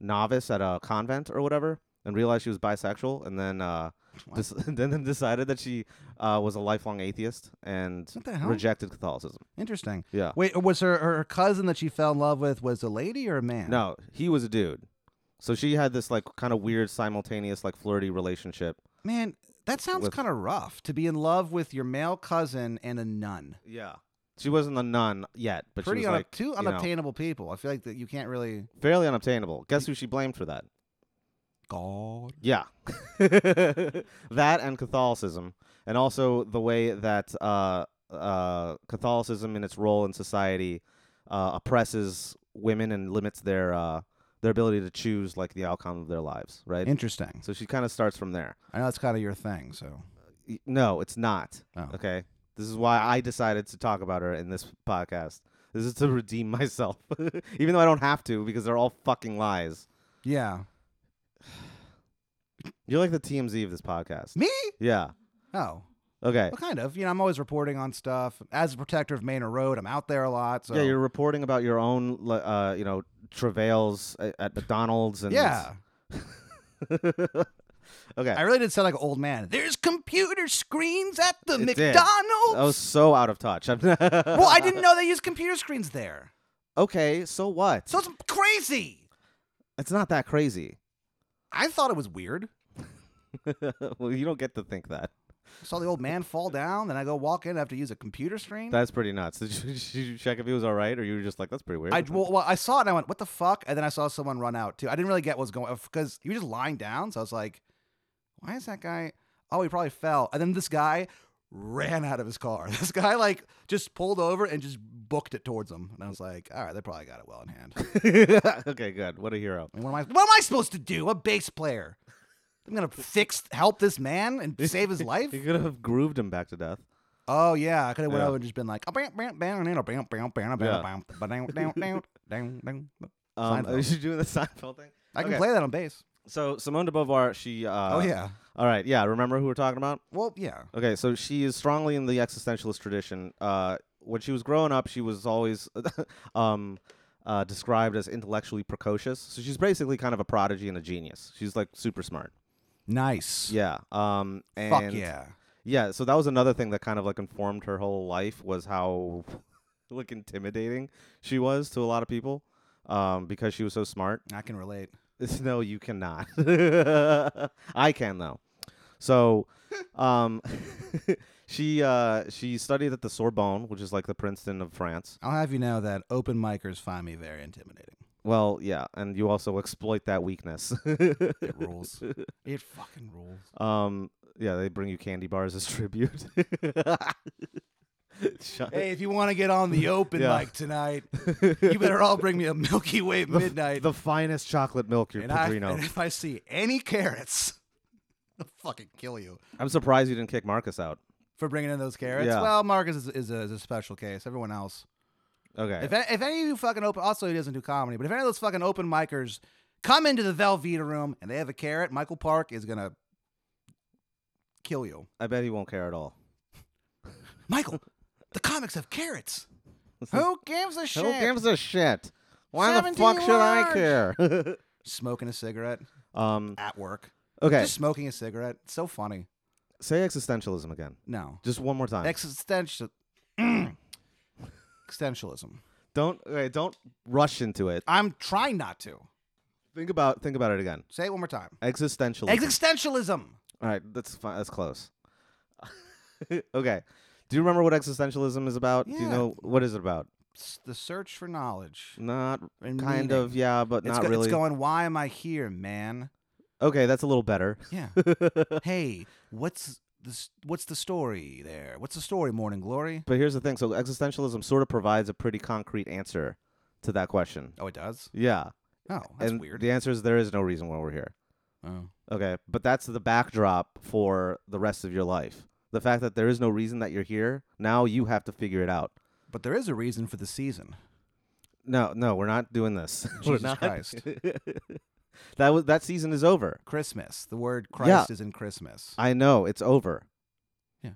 [SPEAKER 2] novice at a convent or whatever, and realized she was bisexual, and then uh Dis- then then decided that she uh, was a lifelong atheist and
[SPEAKER 3] What the hell?
[SPEAKER 2] rejected Catholicism.
[SPEAKER 3] Interesting.
[SPEAKER 2] Yeah.
[SPEAKER 3] Wait, was her her cousin that she fell in love with was a lady or a man?
[SPEAKER 2] No, he was a dude. So she had this like kind of weird simultaneous like flirty relationship.
[SPEAKER 3] Man, that sounds
[SPEAKER 2] With-
[SPEAKER 3] kind of rough to be in love with your male cousin and a nun.
[SPEAKER 2] Yeah. She wasn't a nun yet, but
[SPEAKER 3] Pretty
[SPEAKER 2] she was
[SPEAKER 3] unabt-
[SPEAKER 2] like
[SPEAKER 3] two
[SPEAKER 2] you know,
[SPEAKER 3] unobtainable people. I feel like that you can't really
[SPEAKER 2] fairly unobtainable. Guess who she blamed for that?
[SPEAKER 3] God.
[SPEAKER 2] Yeah. that and Catholicism. And also the way that uh, uh, Catholicism in its role in society uh, oppresses women and limits their uh, their ability to choose like the outcome of their lives, right?
[SPEAKER 3] Interesting.
[SPEAKER 2] so she kind of starts from there.
[SPEAKER 3] I know that's kind of your thing, so
[SPEAKER 2] Y- No, it's not.
[SPEAKER 3] Oh.
[SPEAKER 2] Okay. This is why I decided to talk about her in this podcast. This is to redeem myself. Even though I don't have to because they're all fucking lies.
[SPEAKER 3] yeah.
[SPEAKER 2] You're like the TMZ of this podcast.
[SPEAKER 3] Me?
[SPEAKER 2] Yeah.
[SPEAKER 3] Oh.
[SPEAKER 2] Okay.
[SPEAKER 3] Well, kind of. You know, I'm always reporting on stuff. As a protector of Manor Road, I'm out there a lot. So
[SPEAKER 2] Yeah, you're reporting about your own, li- uh, you know, travails at, at McDonald's and
[SPEAKER 3] Yeah.
[SPEAKER 2] okay,
[SPEAKER 3] I really did sound like an old man. There's computer screens at the
[SPEAKER 2] It did.
[SPEAKER 3] McDonald's.
[SPEAKER 2] I was so out of touch. I'm
[SPEAKER 3] well, I didn't know they used computer screens there.
[SPEAKER 2] okay, so what?
[SPEAKER 3] So it's crazy.
[SPEAKER 2] it's not that crazy.
[SPEAKER 3] I thought it was weird.
[SPEAKER 2] well, you don't get to think that.
[SPEAKER 3] Saw the old man fall down, then I go walk in, I have to use a computer screen.
[SPEAKER 2] That's pretty nuts. Did you, did you check if he was all right, or you were just like, "That's pretty weird."
[SPEAKER 3] I well, well, I saw it and I went, "What the fuck?" And then I saw someone run out too. I didn't really get what was going because he was just lying down. So I was like, "Why is that guy?" Oh, he probably fell. And then this guy ran out of his car. This guy like just pulled over and just booked it towards him. And I was like, "All right, they probably got it well in hand." I
[SPEAKER 2] okay, good. What a hero.
[SPEAKER 3] mean, what am I? What am I supposed to do? A bass player? I'm gonna fix help this man and save his life?
[SPEAKER 2] You could have grooved him back to death.
[SPEAKER 3] Oh yeah, I could have went
[SPEAKER 2] Yeah.
[SPEAKER 3] over and just been like, "Bam, bam, bam, bam, bam, bam, bam, bam, bam, bam, bam, bam, bam."
[SPEAKER 2] Um,
[SPEAKER 3] Seinfeld.
[SPEAKER 2] are you doing the Seinfeld thing?
[SPEAKER 3] I can
[SPEAKER 2] Okay.
[SPEAKER 3] play that on bass.
[SPEAKER 2] So Simone de Beauvoir, she. Uh,
[SPEAKER 3] oh yeah.
[SPEAKER 2] All right, yeah. Remember who we're talking about?
[SPEAKER 3] Well, yeah.
[SPEAKER 2] Okay, so she is strongly in the existentialist tradition. Uh, when she was growing up, she was always um, uh, described as intellectually precocious. So she's basically kind of a prodigy and a genius. She's like super smart.
[SPEAKER 3] Nice.
[SPEAKER 2] Yeah. Um, and
[SPEAKER 3] Fuck yeah.
[SPEAKER 2] Yeah. So that was another thing that kind of like informed her whole life was how like intimidating she was to a lot of people um, because she was so smart.
[SPEAKER 3] I can relate.
[SPEAKER 2] It's- No, you cannot. I can though. So, um, she uh, she studied at the Sorbonne, which is like the Princeton of France.
[SPEAKER 3] I'll have you know that open micers find me very intimidating.
[SPEAKER 2] Well, yeah, and you also exploit that weakness.
[SPEAKER 3] It rules. it fucking rules.
[SPEAKER 2] um, yeah, they bring you candy bars as tribute. Shut-
[SPEAKER 3] Hey, if you want to get on the open
[SPEAKER 2] Yeah.
[SPEAKER 3] mic tonight, you better all bring me a Milky Way midnight.
[SPEAKER 2] The finest chocolate milk, your
[SPEAKER 3] and, I,
[SPEAKER 2] Padrino.
[SPEAKER 3] and if I see any carrots, I'll fucking kill you
[SPEAKER 2] I'm surprised you didn't kick Marcus out.
[SPEAKER 3] for bringing in those carrots.
[SPEAKER 2] Yeah.
[SPEAKER 3] Well, Marcus is, is, a, is a special case. Everyone else.
[SPEAKER 2] Okay.
[SPEAKER 3] If, a- if any of you fucking open, also he doesn't do comedy, but if any of those fucking open micers come into the Velveeta room and they have a carrot, Michael Park is gonna kill you.
[SPEAKER 2] I bet he won't care at all.
[SPEAKER 3] Michael, the comics have carrots. Who gives a shit?
[SPEAKER 2] Who gives a shit? Why the
[SPEAKER 3] 17
[SPEAKER 2] fuck should I
[SPEAKER 3] large.
[SPEAKER 2] care?
[SPEAKER 3] smoking a cigarette
[SPEAKER 2] um.
[SPEAKER 3] at work.
[SPEAKER 2] Okay.
[SPEAKER 3] Just smoking a cigarette. It's so funny.
[SPEAKER 2] Say existentialism again.
[SPEAKER 3] No.
[SPEAKER 2] Just one more time.
[SPEAKER 3] Existential. Existentialism.
[SPEAKER 2] don't okay, don't rush into it.
[SPEAKER 3] I'm trying not to.
[SPEAKER 2] Think about think about it again.
[SPEAKER 3] Say it one more time.
[SPEAKER 2] Existentialism.
[SPEAKER 3] Existentialism.
[SPEAKER 2] All right, that's fine. That's close. okay. Do you remember what existentialism is about? Do you
[SPEAKER 3] Yeah.
[SPEAKER 2] know what is it about?
[SPEAKER 3] It's the search for knowledge.
[SPEAKER 2] Not
[SPEAKER 3] and
[SPEAKER 2] kind
[SPEAKER 3] meaning.
[SPEAKER 2] of, yeah, but
[SPEAKER 3] It's,
[SPEAKER 2] not
[SPEAKER 3] go-
[SPEAKER 2] really.
[SPEAKER 3] it's going, why am I here, man?
[SPEAKER 2] okay, that's a little better.
[SPEAKER 3] Yeah. hey, what's this? What's the story there? What's the story, Morning Glory?
[SPEAKER 2] But here's the thing. So existentialism sort of provides a pretty concrete answer to that question.
[SPEAKER 3] Oh, it does.
[SPEAKER 2] Yeah.
[SPEAKER 3] Oh, that's
[SPEAKER 2] and
[SPEAKER 3] weird.
[SPEAKER 2] The answer is there is no reason why we're here.
[SPEAKER 3] oh.
[SPEAKER 2] Okay, but that's the backdrop for the rest of your life. The fact that there is no reason that you're here, now you have to figure it out.
[SPEAKER 3] But there is a reason for the season.
[SPEAKER 2] No, no, we're not doing this. we're
[SPEAKER 3] Jesus
[SPEAKER 2] not.
[SPEAKER 3] Christ.
[SPEAKER 2] that was that season is over.
[SPEAKER 3] Christmas. The word Christ
[SPEAKER 2] Yeah. Uh,
[SPEAKER 3] is in Christmas.
[SPEAKER 2] I know, it's over.
[SPEAKER 3] Yeah.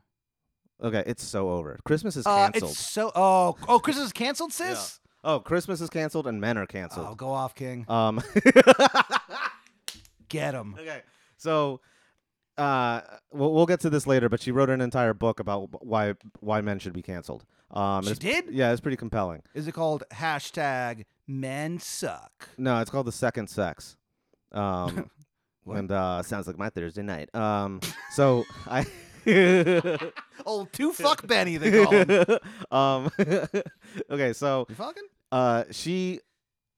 [SPEAKER 2] Okay, it's so over. Christmas is
[SPEAKER 3] Uh,
[SPEAKER 2] canceled.
[SPEAKER 3] it's so. Oh, oh, Christmas is canceled, sis.
[SPEAKER 2] Oh, Christmas is canceled and men are
[SPEAKER 3] Oh,
[SPEAKER 2] canceled.
[SPEAKER 3] go off, King.
[SPEAKER 2] Um Uh,
[SPEAKER 3] Get him.
[SPEAKER 2] Okay. So uh, we'll, we'll get to this later, but she wrote an entire book about wh- why why men should be canceled. Um,
[SPEAKER 3] She
[SPEAKER 2] it's-
[SPEAKER 3] did?
[SPEAKER 2] Yeah, it's pretty compelling.
[SPEAKER 3] Is it called hashtag men suck?
[SPEAKER 2] No, it's called the second sex. Um,
[SPEAKER 3] What?
[SPEAKER 2] and uh, sounds like my Thursday night. Um, so I.
[SPEAKER 3] Old two fuck Benny, they call him.
[SPEAKER 2] um, okay, so
[SPEAKER 3] You fucking?
[SPEAKER 2] uh, she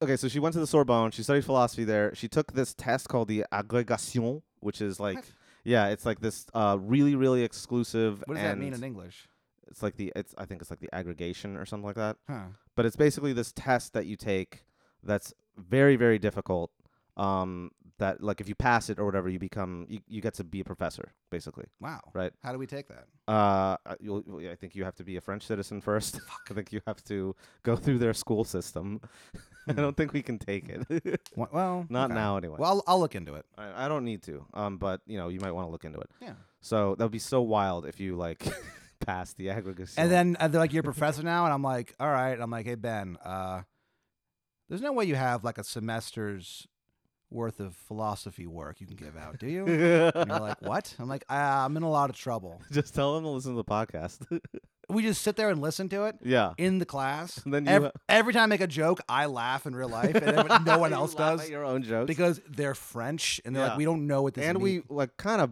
[SPEAKER 2] okay so she went to the sorbonne she studied philosophy there she took this test called the agrégation which is like
[SPEAKER 3] What?
[SPEAKER 2] yeah it's like this uh, really really exclusive
[SPEAKER 3] What does that mean
[SPEAKER 2] and
[SPEAKER 3] in English?
[SPEAKER 2] it's like the it's i think it's like the aggregation or something like that
[SPEAKER 3] Huh.
[SPEAKER 2] but it's basically this test that you take that's very very difficult um that like if you pass it or whatever you become you, you get to be a professor basically
[SPEAKER 3] Wow.
[SPEAKER 2] Right.
[SPEAKER 3] How do we take that?
[SPEAKER 2] uh, I- you'll, you'll- I think you have to be a French citizen first. I think you have to go through their school system. I don't think we can take it.
[SPEAKER 3] Wha- Well,
[SPEAKER 2] Not
[SPEAKER 3] Hmm. okay.
[SPEAKER 2] now, anyway.
[SPEAKER 3] Well, I'll, I'll look into it.
[SPEAKER 2] I, I don't need to. Um, but you know, you might want to look into it.
[SPEAKER 3] Yeah.
[SPEAKER 2] So that would be so wild if you like passed the aggregate.
[SPEAKER 3] And then uh, they're like, "You're a professor now," and I'm like, "All right." And I'm like, "Hey Ben, uh, there's no way you have like a semester's worth of philosophy work you can give out, do you?" and you're like, "What?" I'm like, ah, "I'm in a lot of trouble."
[SPEAKER 2] just tell them to listen to the podcast.
[SPEAKER 3] We just sit there and listen to it
[SPEAKER 2] yeah.
[SPEAKER 3] in the class.
[SPEAKER 2] And then you uh,
[SPEAKER 3] Ev-
[SPEAKER 2] ha-
[SPEAKER 3] every time I make a joke, I laugh in real life, and everyone- no one
[SPEAKER 2] You
[SPEAKER 3] else
[SPEAKER 2] laugh at
[SPEAKER 3] does
[SPEAKER 2] your own jokes.
[SPEAKER 3] because they're French and they're
[SPEAKER 2] Yeah.
[SPEAKER 3] like, "We don't know what this."
[SPEAKER 2] and
[SPEAKER 3] mean-
[SPEAKER 2] we like kind of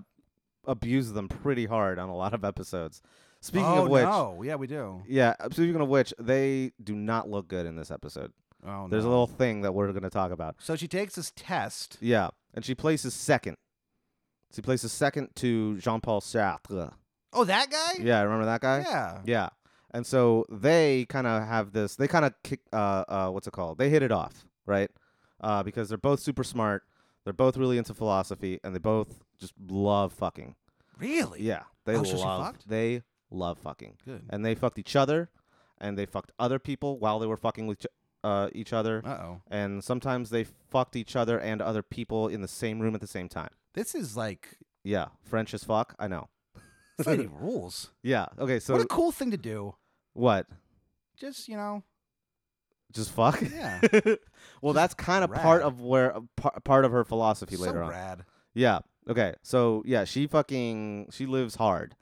[SPEAKER 2] abuse them pretty hard on a lot of episodes. Speaking
[SPEAKER 3] oh,
[SPEAKER 2] of which,
[SPEAKER 3] no, yeah, we do.
[SPEAKER 2] yeah. uh, Speaking of which, they do not look good in this episode.
[SPEAKER 3] Oh,
[SPEAKER 2] There's a
[SPEAKER 3] no.
[SPEAKER 2] little thing that we're going to talk about.
[SPEAKER 3] So she takes this test.
[SPEAKER 2] Yeah, and she places second. She places second to Jean-Paul Sartre.
[SPEAKER 3] Oh, that guy?
[SPEAKER 2] Yeah, remember that guy?
[SPEAKER 3] Yeah.
[SPEAKER 2] Yeah. And so they kind of have this. They kind of kick. Uh, uh, what's it called? They hit it off, right? Uh, because they're both super smart. They're both really into philosophy, and they both just love fucking.
[SPEAKER 3] Really?
[SPEAKER 2] Yeah, they
[SPEAKER 3] Oh,
[SPEAKER 2] love.
[SPEAKER 3] so she fucked?
[SPEAKER 2] They love fucking,
[SPEAKER 3] Good.
[SPEAKER 2] and they fucked each other, and they fucked other people while they were fucking with each- uh, each other.
[SPEAKER 3] Uh oh.
[SPEAKER 2] and sometimes they fucked each other and other people in the same room at the same time.
[SPEAKER 3] This is like
[SPEAKER 2] Yeah, French as fuck. I know.
[SPEAKER 3] funny rules.
[SPEAKER 2] Yeah. Okay. So
[SPEAKER 3] what a
[SPEAKER 2] what?
[SPEAKER 3] cool thing to do. Just, you know,
[SPEAKER 2] Just fuck.
[SPEAKER 3] yeah.
[SPEAKER 2] well,
[SPEAKER 3] Just
[SPEAKER 2] that's kind of part
[SPEAKER 3] rad.
[SPEAKER 2] of where a par- part of her philosophy
[SPEAKER 3] so
[SPEAKER 2] later on.
[SPEAKER 3] rad.
[SPEAKER 2] Yeah. Okay. So yeah, she fucking she lives hard.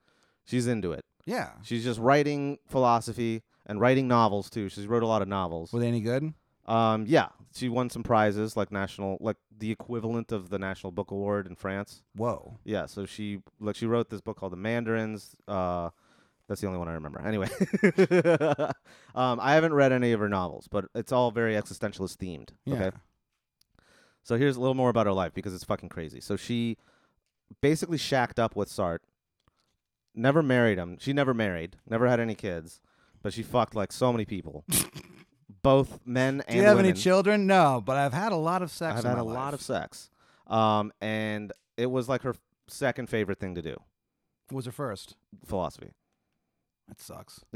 [SPEAKER 2] She's into it.
[SPEAKER 3] Yeah.
[SPEAKER 2] She's just writing philosophy and writing novels too. She's wrote a lot of novels.
[SPEAKER 3] Were they any good?
[SPEAKER 2] Um. Yeah. She won some prizes like national like the equivalent of the National Book Award in France.
[SPEAKER 3] Whoa.
[SPEAKER 2] Yeah, so she like she wrote this book called The Mandarins. Uh, that's the only one I remember. Anyway, um, I haven't read any of her novels, but it's all very existentialist themed.
[SPEAKER 3] Yeah.
[SPEAKER 2] Okay, so here's a little more about her life because it's fucking crazy. So she basically shacked up with Sartre, never married him. She never married, never had any kids, but she fucked like so many people, both men and
[SPEAKER 3] Do you have
[SPEAKER 2] women.
[SPEAKER 3] any children? No, but I've had a lot of sex.
[SPEAKER 2] I've
[SPEAKER 3] in
[SPEAKER 2] had
[SPEAKER 3] my
[SPEAKER 2] a lot
[SPEAKER 3] life.
[SPEAKER 2] of sex, um, and it was like her f- second favorite thing to do.
[SPEAKER 3] What was her first?
[SPEAKER 2] Philosophy.
[SPEAKER 3] That sucks.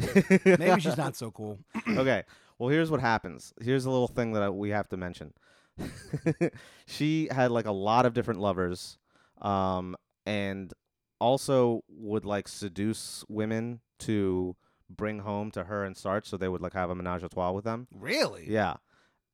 [SPEAKER 3] Maybe she's not so cool.
[SPEAKER 2] okay. Well, here's what happens. Here's a little thing that I, we have to mention. she had like a lot of different lovers, um, and also would like seduce women to bring home to her and Sartre, so they would like have a menage a trois with them.
[SPEAKER 3] Really?
[SPEAKER 2] Yeah.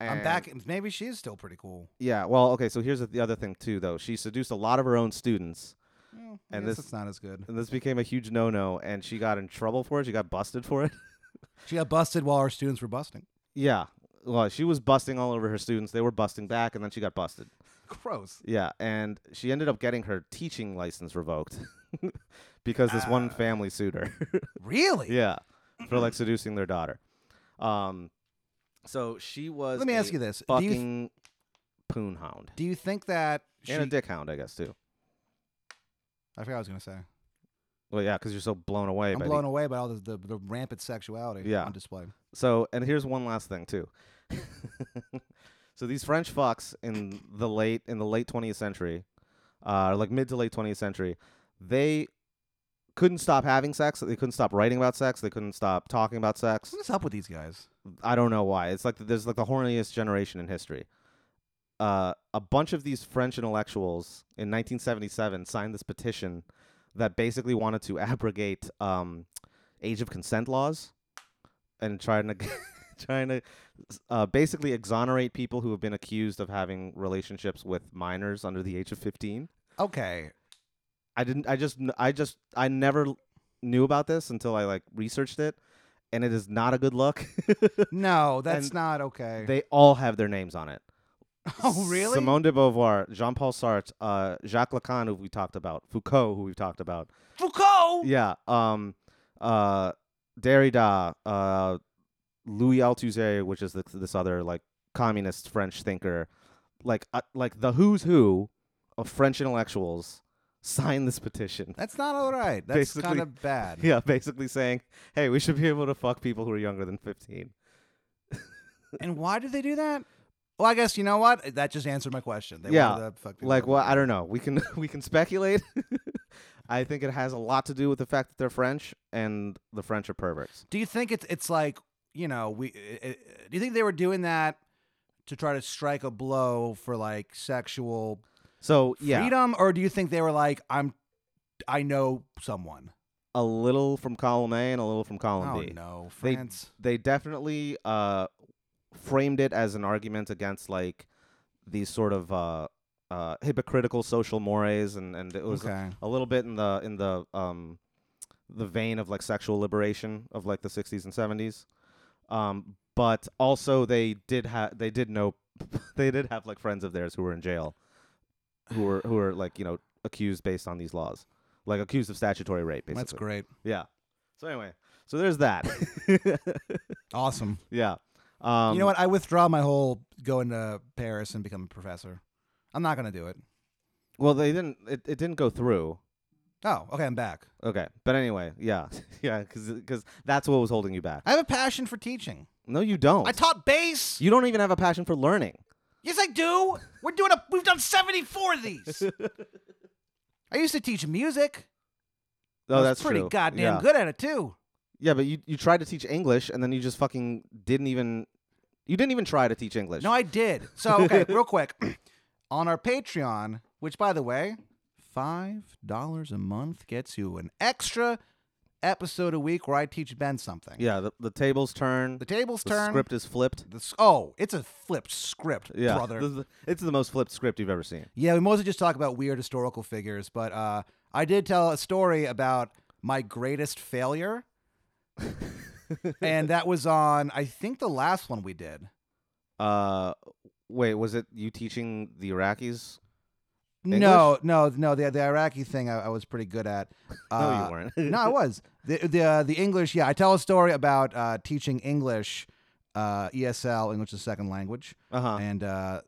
[SPEAKER 3] I'm
[SPEAKER 2] And-
[SPEAKER 3] back. Maybe she is still pretty cool.
[SPEAKER 2] Yeah. Well, okay. So here's the, the other thing too, though. She seduced a lot of her own students,
[SPEAKER 3] Well, I
[SPEAKER 2] And
[SPEAKER 3] guess
[SPEAKER 2] this-
[SPEAKER 3] it's not as good.
[SPEAKER 2] and this became a huge no-no. And she got in trouble for it. She got busted for it.
[SPEAKER 3] She got busted while our students were busting.
[SPEAKER 2] yeah. Well, she was busting all over her students. They were busting back, and then she got busted.
[SPEAKER 3] Gross.
[SPEAKER 2] Yeah, and she ended up getting her teaching license revoked because this one
[SPEAKER 3] Ah.
[SPEAKER 2] family sued her.
[SPEAKER 3] Really?
[SPEAKER 2] yeah, for like seducing their daughter. Um, so she was.
[SPEAKER 3] Let me
[SPEAKER 2] a
[SPEAKER 3] ask you this. Do you, th-
[SPEAKER 2] Fucking poon hound
[SPEAKER 3] do you think that she,
[SPEAKER 2] and a dick hound, I guess too.
[SPEAKER 3] I forgot what I was going to say.
[SPEAKER 2] Well, yeah, because you're so blown away.
[SPEAKER 3] I'm
[SPEAKER 2] by the-
[SPEAKER 3] blown away by all the, the, the rampant sexuality
[SPEAKER 2] Yeah.
[SPEAKER 3] on display.
[SPEAKER 2] So, and here's one last thing too. so these French fucks in the late in the late 20th century, uh, like mid to late 20th century, they couldn't stop having sex. They couldn't stop writing about sex. They couldn't stop talking about sex.
[SPEAKER 3] What's up with these guys?
[SPEAKER 2] I don't know why. It's like there's like the horniest generation in history. Uh, a bunch of these French intellectuals in 1977 signed this petition that basically wanted to abrogate um, age of consent laws and trying to trying to uh, basically exonerate people who have been accused of having relationships with minors under the age of 15.
[SPEAKER 3] Okay.
[SPEAKER 2] I didn't. I just. I just. I never knew about this until I like researched it, and it is not a good look.
[SPEAKER 3] No, that's
[SPEAKER 2] And
[SPEAKER 3] not okay.
[SPEAKER 2] they all have their names on it.
[SPEAKER 3] oh, really?
[SPEAKER 2] Simone de Beauvoir, Jean Paul Sartre, uh, Jacques Lacan, who we talked about, Foucault, who we've talked about.
[SPEAKER 3] Foucault.
[SPEAKER 2] Yeah. Um. Uh. Derrida. Uh. Louis Althusser, which is th- this other like communist French thinker, like uh, like the who's who of French intellectuals signed this petition.
[SPEAKER 3] That's not all right. That's
[SPEAKER 2] Basically-
[SPEAKER 3] kind of bad.
[SPEAKER 2] Yeah, basically saying, hey, we should be able to fuck people who are younger than fifteen.
[SPEAKER 3] And why did they do that? Well, I guess you know what. That just answered my question. They
[SPEAKER 2] Yeah,
[SPEAKER 3] wanted to fuck people
[SPEAKER 2] Like,
[SPEAKER 3] over.
[SPEAKER 2] well, I don't know. We can we can speculate. I think it has a lot to do with the fact that they're French and the French are perverts.
[SPEAKER 3] Do you think it's it's like you know we? i- i- do you think they were doing that to try to strike a blow for like sexual
[SPEAKER 2] So yeah,
[SPEAKER 3] freedom, or do you think they were like I'm, I know someone?
[SPEAKER 2] a little from column A and a little from column
[SPEAKER 3] Oh
[SPEAKER 2] B.
[SPEAKER 3] no,
[SPEAKER 2] They-
[SPEAKER 3] France.
[SPEAKER 2] They definitely uh, framed it as an argument against like these sort of uh, uh, hypocritical social mores, and and it was
[SPEAKER 3] okay.
[SPEAKER 2] a little bit in the in the um the vein of like sexual liberation of like the 60s and 70s um but also they did have they did know they did have like friends of theirs who were in jail who were who were like you know accused based on these laws like accused of statutory rape basically
[SPEAKER 3] That's great.
[SPEAKER 2] yeah so anyway so there's that
[SPEAKER 3] Awesome.
[SPEAKER 2] yeah um
[SPEAKER 3] you know what? I withdraw my whole going to Paris and become a professor. I'm not gonna do it.
[SPEAKER 2] well they didn't it, it didn't go through
[SPEAKER 3] Oh, okay. I'm back.
[SPEAKER 2] okay but anyway yeah yeah because that's what was holding you back
[SPEAKER 3] I have a passion for teaching.
[SPEAKER 2] no you don't
[SPEAKER 3] I taught bass.
[SPEAKER 2] you don't even have a passion for learning
[SPEAKER 3] Yes, I do. We're doing a. We've done seventy four of these. I used to teach music. I
[SPEAKER 2] Oh,
[SPEAKER 3] was
[SPEAKER 2] that's
[SPEAKER 3] pretty
[SPEAKER 2] true.
[SPEAKER 3] goddamn
[SPEAKER 2] yeah.
[SPEAKER 3] good at it too.
[SPEAKER 2] Yeah, but you you tried to teach English and then you just fucking didn't even you didn't even try to teach English.
[SPEAKER 3] No, I did. So okay, real quick, on our Patreon, which by the way, five dollars a month gets you an extra episode a week where I teach Ben something.
[SPEAKER 2] yeah, the, the tables turn.
[SPEAKER 3] The tables
[SPEAKER 2] the
[SPEAKER 3] turn.
[SPEAKER 2] script is flipped.
[SPEAKER 3] The s- oh, it's a flipped script,
[SPEAKER 2] Yeah,
[SPEAKER 3] brother.
[SPEAKER 2] this is the- it's the most flipped script you've ever seen.
[SPEAKER 3] Yeah, we mostly just talk about weird historical figures, but uh, I did tell a story about my greatest failure. and that was on, I think, the last one we did.
[SPEAKER 2] Uh, wait, was it you teaching the Iraqis?
[SPEAKER 3] No, no, no. The, the Iraqi thing I, I was pretty good at.
[SPEAKER 2] no,
[SPEAKER 3] Uh,
[SPEAKER 2] you weren't.
[SPEAKER 3] no, I was. The, the, uh, the English, yeah. I tell a story about uh, teaching English, uh, ESL, English as a Second Language,
[SPEAKER 2] uh huh.
[SPEAKER 3] and uh,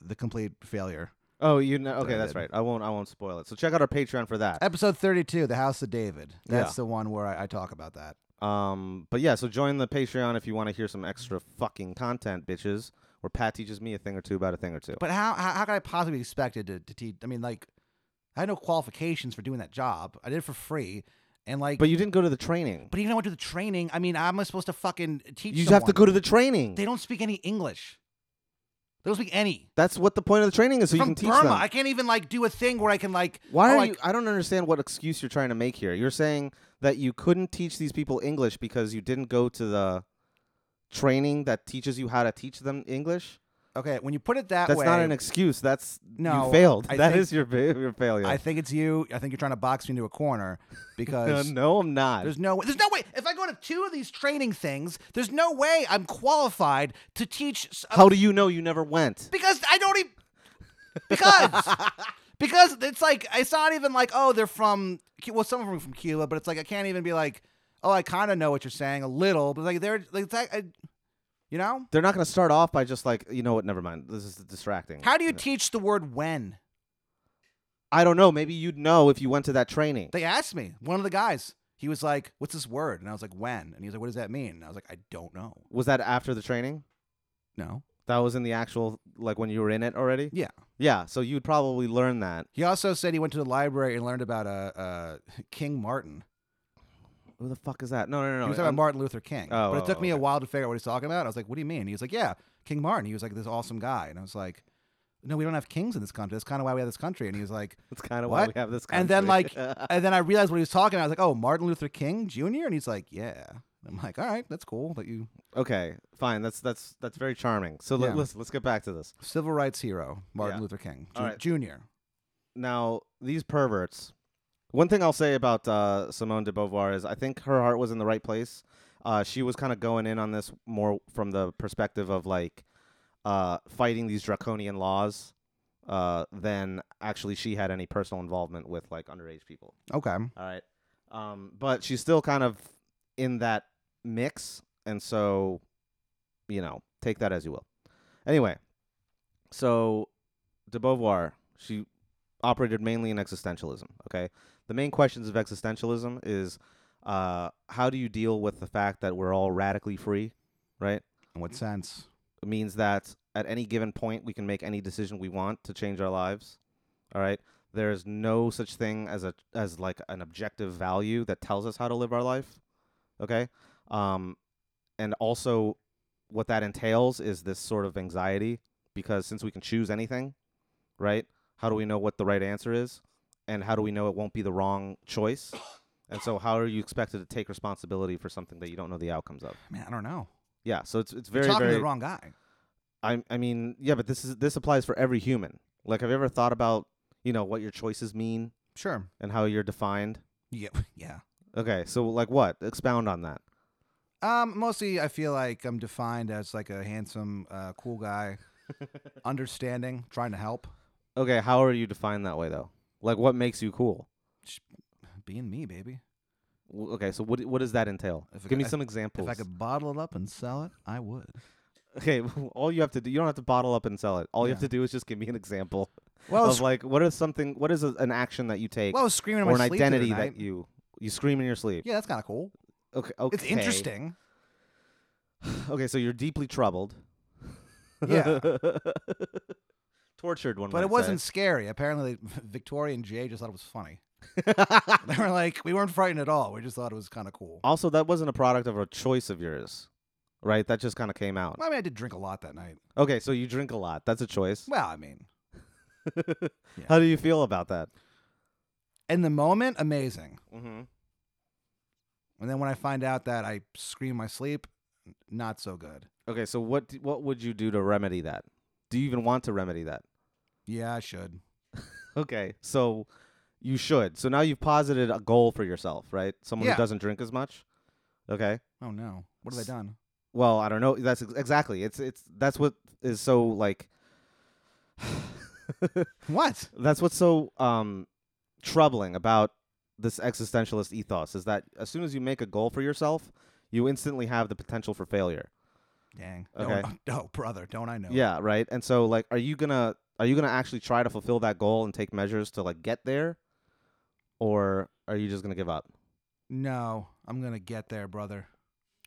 [SPEAKER 3] the complete failure.
[SPEAKER 2] Oh, you know. Okay,
[SPEAKER 3] I
[SPEAKER 2] that's
[SPEAKER 3] did.
[SPEAKER 2] right. I won't. I won't spoil it. So check out our Patreon for that.
[SPEAKER 3] Episode 32, The House of David. That's
[SPEAKER 2] Yeah.
[SPEAKER 3] the one where I, I talk about that.
[SPEAKER 2] Um, but yeah, so join the Patreon if you want to hear some extra fucking content, bitches. Where Pat teaches me a thing or two about a thing or two.
[SPEAKER 3] But how how, how could I possibly be expected to, to teach? I mean, like, I had no qualifications for doing that job. I did it for free, and like,
[SPEAKER 2] But you didn't go to the training.
[SPEAKER 3] but even I went to the training. I mean, how am I supposed to fucking teach?
[SPEAKER 2] You just have to
[SPEAKER 3] someone?
[SPEAKER 2] go to the training.
[SPEAKER 3] They don't speak any English. They don't speak any.
[SPEAKER 2] That's what the point of the training is, so
[SPEAKER 3] From
[SPEAKER 2] you can teach
[SPEAKER 3] Burma,
[SPEAKER 2] them.
[SPEAKER 3] I can't even like do a thing where I can like.
[SPEAKER 2] Why
[SPEAKER 3] oh,
[SPEAKER 2] are
[SPEAKER 3] like,
[SPEAKER 2] you? I don't understand what excuse you're trying to make here. You're saying that you couldn't teach these people English because you didn't go to the training that teaches you how to teach them English.
[SPEAKER 3] Okay, when you put it that
[SPEAKER 2] That's
[SPEAKER 3] way,
[SPEAKER 2] not an excuse. That's
[SPEAKER 3] No,
[SPEAKER 2] you failed. That
[SPEAKER 3] I
[SPEAKER 2] is
[SPEAKER 3] think-
[SPEAKER 2] your fa- your failure.
[SPEAKER 3] I think it's you. I think you're trying to box me into a corner
[SPEAKER 2] no,
[SPEAKER 3] because
[SPEAKER 2] no, I'm not.
[SPEAKER 3] There's no way. There's no way. If I go to two of these training things, there's no way I'm qualified to teach. s- uh,
[SPEAKER 2] How do you know you never went?
[SPEAKER 3] Because I don't even. Because. because it's like, it's not even like, oh, they're from. Cu- Well, some of them are from Cuba, but it's like, I can't even be like, oh, I kind of know what you're saying a little, but like, they're. Like, it's like, I, you know?
[SPEAKER 2] They're not going to start off by just like you know what? Never mind. This is distracting.
[SPEAKER 3] How do you teach the word when?
[SPEAKER 2] I don't know. Maybe you'd know if you went to that training.
[SPEAKER 3] They asked me, one of the guys. He was like, what's this word? And I was like, when? And he was like, what does that mean? And I was like, I don't know.
[SPEAKER 2] Was that after the training?
[SPEAKER 3] No.
[SPEAKER 2] That was in the actual like when you were in it already.
[SPEAKER 3] Yeah.
[SPEAKER 2] Yeah. So you'd probably learn that.
[SPEAKER 3] He also said he went to the library and learned about uh, uh, King Martin.
[SPEAKER 2] Who the fuck is that? No, no, no.
[SPEAKER 3] he
[SPEAKER 2] no.
[SPEAKER 3] was talking
[SPEAKER 2] I'm-
[SPEAKER 3] about Martin Luther King.
[SPEAKER 2] Oh,
[SPEAKER 3] but it
[SPEAKER 2] oh,
[SPEAKER 3] took me a
[SPEAKER 2] okay.
[SPEAKER 3] while to figure out what he's talking about. I was like, what do you mean? He was like, yeah, King Martin. He was like this awesome guy. And I was like, no, we don't have kings in this country. That's kind of why we have this country. And he was like,
[SPEAKER 2] That's kind of why
[SPEAKER 3] What?
[SPEAKER 2] we have this. Country.
[SPEAKER 3] and then like, and then I realized what he was talking about. I was like, oh, Martin Luther King Jr. And he's like, yeah. I'm like, all right, that's cool that you
[SPEAKER 2] okay, fine. That's that's that's very charming. So
[SPEAKER 3] Yeah.
[SPEAKER 2] let, listen, let's get back to this.
[SPEAKER 3] civil rights hero Martin
[SPEAKER 2] Yeah.
[SPEAKER 3] Luther King
[SPEAKER 2] All right.
[SPEAKER 3] Jr.
[SPEAKER 2] Now these perverts One thing I'll say about uh, Simone de Beauvoir is I think her heart was in the right place. Uh, she was kind of going in on this more from the perspective of like uh, fighting these draconian laws uh, than actually she had any personal involvement with like underage people.
[SPEAKER 3] Okay.
[SPEAKER 2] All right. Um, but she's still kind of in that mix, and so you know, take that as you will. Anyway, so de Beauvoir, she operated mainly in existentialism. Okay, the main questions of existentialism is uh, how do you deal with the fact that we're all radically free, right?
[SPEAKER 3] In what sense?
[SPEAKER 2] It means that at any given point we can make any decision we want to change our lives. All right. There's no such thing as a as like an objective value that tells us how to live our life. Okay. Um, and also, what that entails is this sort of anxiety because since we can choose anything, right? How do we know what the right answer is, and how do we know it won't be the wrong choice? And so, how are you expected to take responsibility for something that you don't know the outcomes of?
[SPEAKER 3] Man, I don't know.
[SPEAKER 2] Yeah, so it's it's
[SPEAKER 3] You're
[SPEAKER 2] very
[SPEAKER 3] talking
[SPEAKER 2] very
[SPEAKER 3] to the wrong guy.
[SPEAKER 2] I I mean, yeah, but this is this applies for every human. Like have you ever thought about, you know, what your choices mean
[SPEAKER 3] Sure.
[SPEAKER 2] and how you're defined?
[SPEAKER 3] Yeah. Yeah.
[SPEAKER 2] Okay, so like what? Expound on that.
[SPEAKER 3] Um, mostly, I feel like I'm defined as like a handsome, uh, cool guy, understanding, trying to help,
[SPEAKER 2] Okay, how are you defined that way though? Like what makes you cool?
[SPEAKER 3] being me, baby.
[SPEAKER 2] W- Okay, so what what does that entail?
[SPEAKER 3] If I
[SPEAKER 2] Give me
[SPEAKER 3] could-
[SPEAKER 2] some
[SPEAKER 3] If
[SPEAKER 2] examples.
[SPEAKER 3] I could bottle it up and sell it, I would.
[SPEAKER 2] Okay, all you have to do you don't have to bottle up and sell it. All you have
[SPEAKER 3] Yeah.
[SPEAKER 2] to do is just give me an example
[SPEAKER 3] Well, I was,
[SPEAKER 2] of like what is something what is a, an action that you take
[SPEAKER 3] well, I was screaming in
[SPEAKER 2] or an
[SPEAKER 3] my sleep the other
[SPEAKER 2] identity
[SPEAKER 3] night.
[SPEAKER 2] that you you scream in your sleep.
[SPEAKER 3] Yeah, that's kind of cool.
[SPEAKER 2] Okay, okay.
[SPEAKER 3] It's interesting.
[SPEAKER 2] Okay, so you're deeply troubled.
[SPEAKER 3] Yeah.
[SPEAKER 2] Tortured one,
[SPEAKER 3] But
[SPEAKER 2] might
[SPEAKER 3] it wasn't scary. Apparently, Victoria and Jay just thought it was funny.
[SPEAKER 2] say.
[SPEAKER 3] They were like, we weren't frightened at all. We just thought it was kind of cool.
[SPEAKER 2] also, that wasn't a product of a choice of yours, right? That just kind of came out.
[SPEAKER 3] Well, I mean, I did drink a lot that night.
[SPEAKER 2] Okay, so you drink a lot. That's a choice.
[SPEAKER 3] Well, I mean,
[SPEAKER 2] How do you feel about that?
[SPEAKER 3] in the moment, amazing.
[SPEAKER 2] Mm-hmm.
[SPEAKER 3] And then when I find out that I scream in my sleep, not so good.
[SPEAKER 2] Okay, so what d- what would you do to remedy that? Do you even want to remedy that?
[SPEAKER 3] Yeah, I should.
[SPEAKER 2] Okay, so you should. So now you've posited a goal for yourself, right? Someone
[SPEAKER 3] Yeah.
[SPEAKER 2] who doesn't drink as much. Okay.
[SPEAKER 3] Oh, no. What have I
[SPEAKER 2] S-
[SPEAKER 3] done?
[SPEAKER 2] Well, I don't know. That's ex- exactly. It's it's that's what is so like
[SPEAKER 3] What?
[SPEAKER 2] that's what's so um troubling about this existentialist ethos is that as soon as you make a goal for yourself, you instantly have the potential for failure.
[SPEAKER 3] Dang.
[SPEAKER 2] Okay.
[SPEAKER 3] No, no, brother, don't I know?
[SPEAKER 2] Yeah, right? And so like are you going to are you going to actually try to fulfill that goal and take measures to like get there or are you just going to give up?
[SPEAKER 3] No, I'm going to get there, brother.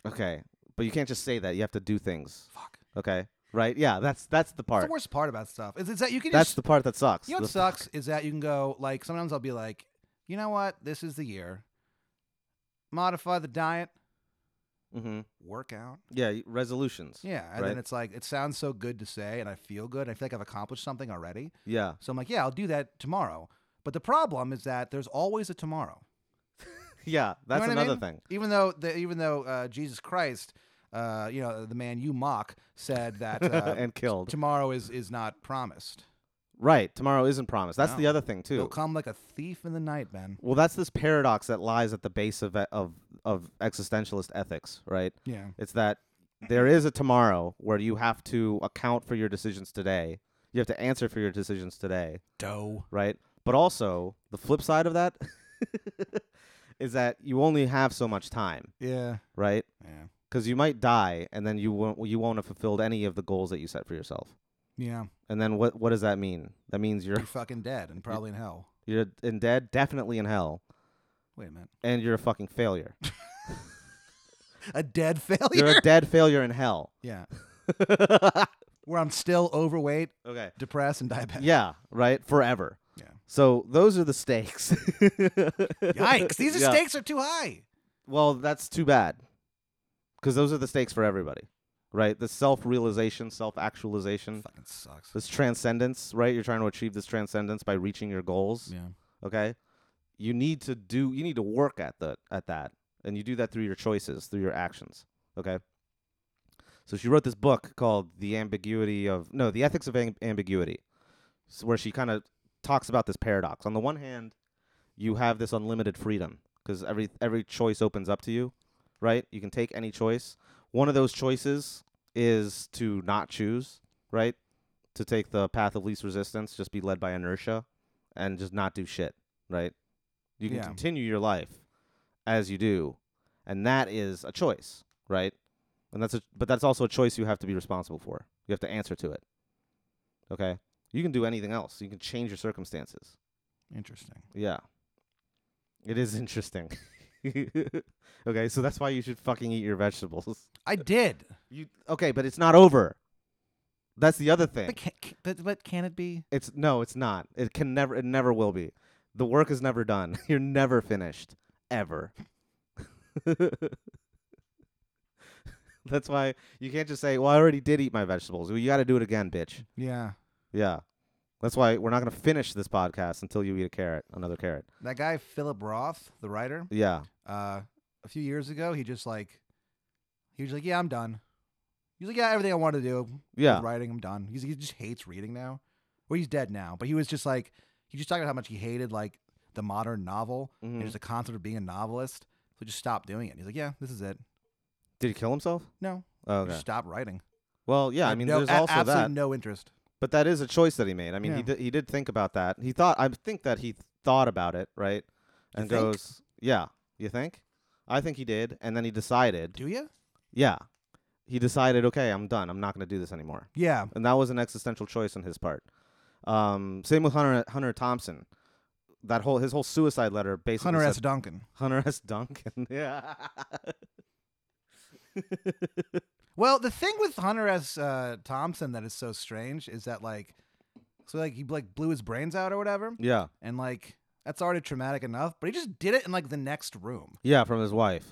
[SPEAKER 2] Okay. But you can't just say that. You have to do things.
[SPEAKER 3] Fuck.
[SPEAKER 2] Okay? Right? Yeah, that's that's the
[SPEAKER 3] That's
[SPEAKER 2] part.
[SPEAKER 3] the worst part about stuff is, is that you can
[SPEAKER 2] That's
[SPEAKER 3] just
[SPEAKER 2] the part that sucks.
[SPEAKER 3] You know what
[SPEAKER 2] The-
[SPEAKER 3] sucks is that you can go like sometimes I'll be like, you know what, this is the year. Modify the diet,
[SPEAKER 2] Mhm.
[SPEAKER 3] work out.
[SPEAKER 2] Yeah, y- resolutions.
[SPEAKER 3] Yeah, and
[SPEAKER 2] Right.
[SPEAKER 3] then it's like it sounds so good to say, and I feel good. I feel like I've accomplished something already.
[SPEAKER 2] Yeah.
[SPEAKER 3] So I'm like, yeah, I'll do that tomorrow. But the problem is that there's always a tomorrow.
[SPEAKER 2] Yeah, that's
[SPEAKER 3] what I
[SPEAKER 2] another
[SPEAKER 3] mean?
[SPEAKER 2] thing.
[SPEAKER 3] Even though the, even though uh, Jesus Christ, uh, you know, the man you mock said that uh,
[SPEAKER 2] and killed.
[SPEAKER 3] tomorrow is is not promised.
[SPEAKER 2] Right. Tomorrow isn't promised. That's the
[SPEAKER 3] No.
[SPEAKER 2] other thing
[SPEAKER 3] He'll
[SPEAKER 2] too.
[SPEAKER 3] come like a thief in the night, Ben.
[SPEAKER 2] Well, that's this paradox that lies at the base of e, of of existentialist ethics, right?
[SPEAKER 3] Yeah.
[SPEAKER 2] It's that there is a tomorrow where you have to account for your decisions today. You have to answer for your decisions today,
[SPEAKER 3] Doe.
[SPEAKER 2] right? But also, the flip side of that is that you only have so much time,
[SPEAKER 3] Yeah.
[SPEAKER 2] right?
[SPEAKER 3] Yeah.
[SPEAKER 2] Cuz you might die and then you won't you won't have fulfilled any of the goals that you set for yourself.
[SPEAKER 3] Yeah.
[SPEAKER 2] And then what what does that mean? That means you're
[SPEAKER 3] You're fucking dead and probably in hell.
[SPEAKER 2] you're in dead, definitely in hell,
[SPEAKER 3] Wait a minute.
[SPEAKER 2] and you're a fucking failure.
[SPEAKER 3] A dead failure?
[SPEAKER 2] You're a dead failure in hell.
[SPEAKER 3] yeah. Where I'm still overweight,
[SPEAKER 2] okay.
[SPEAKER 3] depressed, and diabetic.
[SPEAKER 2] Yeah, right? Forever.
[SPEAKER 3] Yeah.
[SPEAKER 2] So those are the stakes.
[SPEAKER 3] Yikes. These are
[SPEAKER 2] Yeah.
[SPEAKER 3] stakes are too high.
[SPEAKER 2] Well, that's too bad. Because those are the stakes for everybody, right? The self realization, self actualization,
[SPEAKER 3] Fucking sucks.
[SPEAKER 2] Mm. this transcendence, right? You're trying to achieve this transcendence by reaching your goals,
[SPEAKER 3] Yeah.
[SPEAKER 2] okay? You need to do, you need to work at, the, at that. And you do that through your choices, through your actions, okay? So she wrote this book called The Ambiguity of, no, The Ethics of Am- Ambiguity, s- where she kind of talks about this paradox. On the one hand, you have this unlimited freedom because every every choice opens up to you, right? You can take any choice. One of those choices is to not choose, right? To take the path of least resistance, just be led by inertia, and just not do shit, right? You can
[SPEAKER 3] Yeah.
[SPEAKER 2] continue your life as you do, and that is a choice, right? And that's a but that's also a choice you have to be responsible for. You have to answer to it. Okay? You can do anything else. You can change your circumstances.
[SPEAKER 3] Interesting.
[SPEAKER 2] Yeah. It is interesting. okay, so that's why you should fucking eat your vegetables.
[SPEAKER 3] I did.
[SPEAKER 2] You okay, but it's not over. That's the other thing.
[SPEAKER 3] But can, can- but, but can it be?
[SPEAKER 2] It's no, it's not. It can never it never will be. The work is never done. You're never finished ever. that's why you can't just say, "Well, I already did eat my vegetables." Well, you got to do it again, bitch.
[SPEAKER 3] Yeah.
[SPEAKER 2] Yeah. That's why we're not going to finish this podcast until you eat a carrot, another carrot.
[SPEAKER 3] That guy Philip Roth, the writer,
[SPEAKER 2] Yeah.
[SPEAKER 3] uh, a few years ago, he just like he was like, "Yeah, I'm done." He's like, "Yeah, everything I wanted to do,
[SPEAKER 2] Yeah.
[SPEAKER 3] with writing. I'm done. He's, he just hates reading now. Well, he's dead now, but he was just like he just talked about how much he hated like the modern novel
[SPEAKER 2] Mhm.
[SPEAKER 3] and just the concept of being a novelist. So he just stopped doing it. He's like, yeah, this is it.
[SPEAKER 2] Did he kill himself?
[SPEAKER 3] No,
[SPEAKER 2] Oh,
[SPEAKER 3] just
[SPEAKER 2] Okay.
[SPEAKER 3] stop writing.
[SPEAKER 2] Well, yeah. I
[SPEAKER 3] Like,
[SPEAKER 2] mean,
[SPEAKER 3] no,
[SPEAKER 2] there's
[SPEAKER 3] a-
[SPEAKER 2] also
[SPEAKER 3] absolutely
[SPEAKER 2] that,
[SPEAKER 3] no interest.
[SPEAKER 2] but that is a choice that he made. I mean, he
[SPEAKER 3] Yeah.
[SPEAKER 2] did, he did think about that. He thought. I think that he thought about it, right?
[SPEAKER 3] You
[SPEAKER 2] And
[SPEAKER 3] think?
[SPEAKER 2] goes, yeah. You think? I think he did, and then he decided.
[SPEAKER 3] Do you?
[SPEAKER 2] Yeah. He decided, okay, I'm done. I'm not going to do this anymore.
[SPEAKER 3] Yeah,
[SPEAKER 2] and that was an existential choice on his part. Um, same with Hunter Hunter Thompson. That whole his whole suicide letter basically
[SPEAKER 3] Hunter
[SPEAKER 2] said,
[SPEAKER 3] S. Duncan.
[SPEAKER 2] Hunter S. Duncan. yeah,
[SPEAKER 3] Well, the thing with Hunter S. Uh, Thompson that is so strange is that like, so like he like blew his brains out or whatever,
[SPEAKER 2] yeah,
[SPEAKER 3] and like that's already traumatic enough, but he just did it in like the next room.
[SPEAKER 2] yeah, from his wife.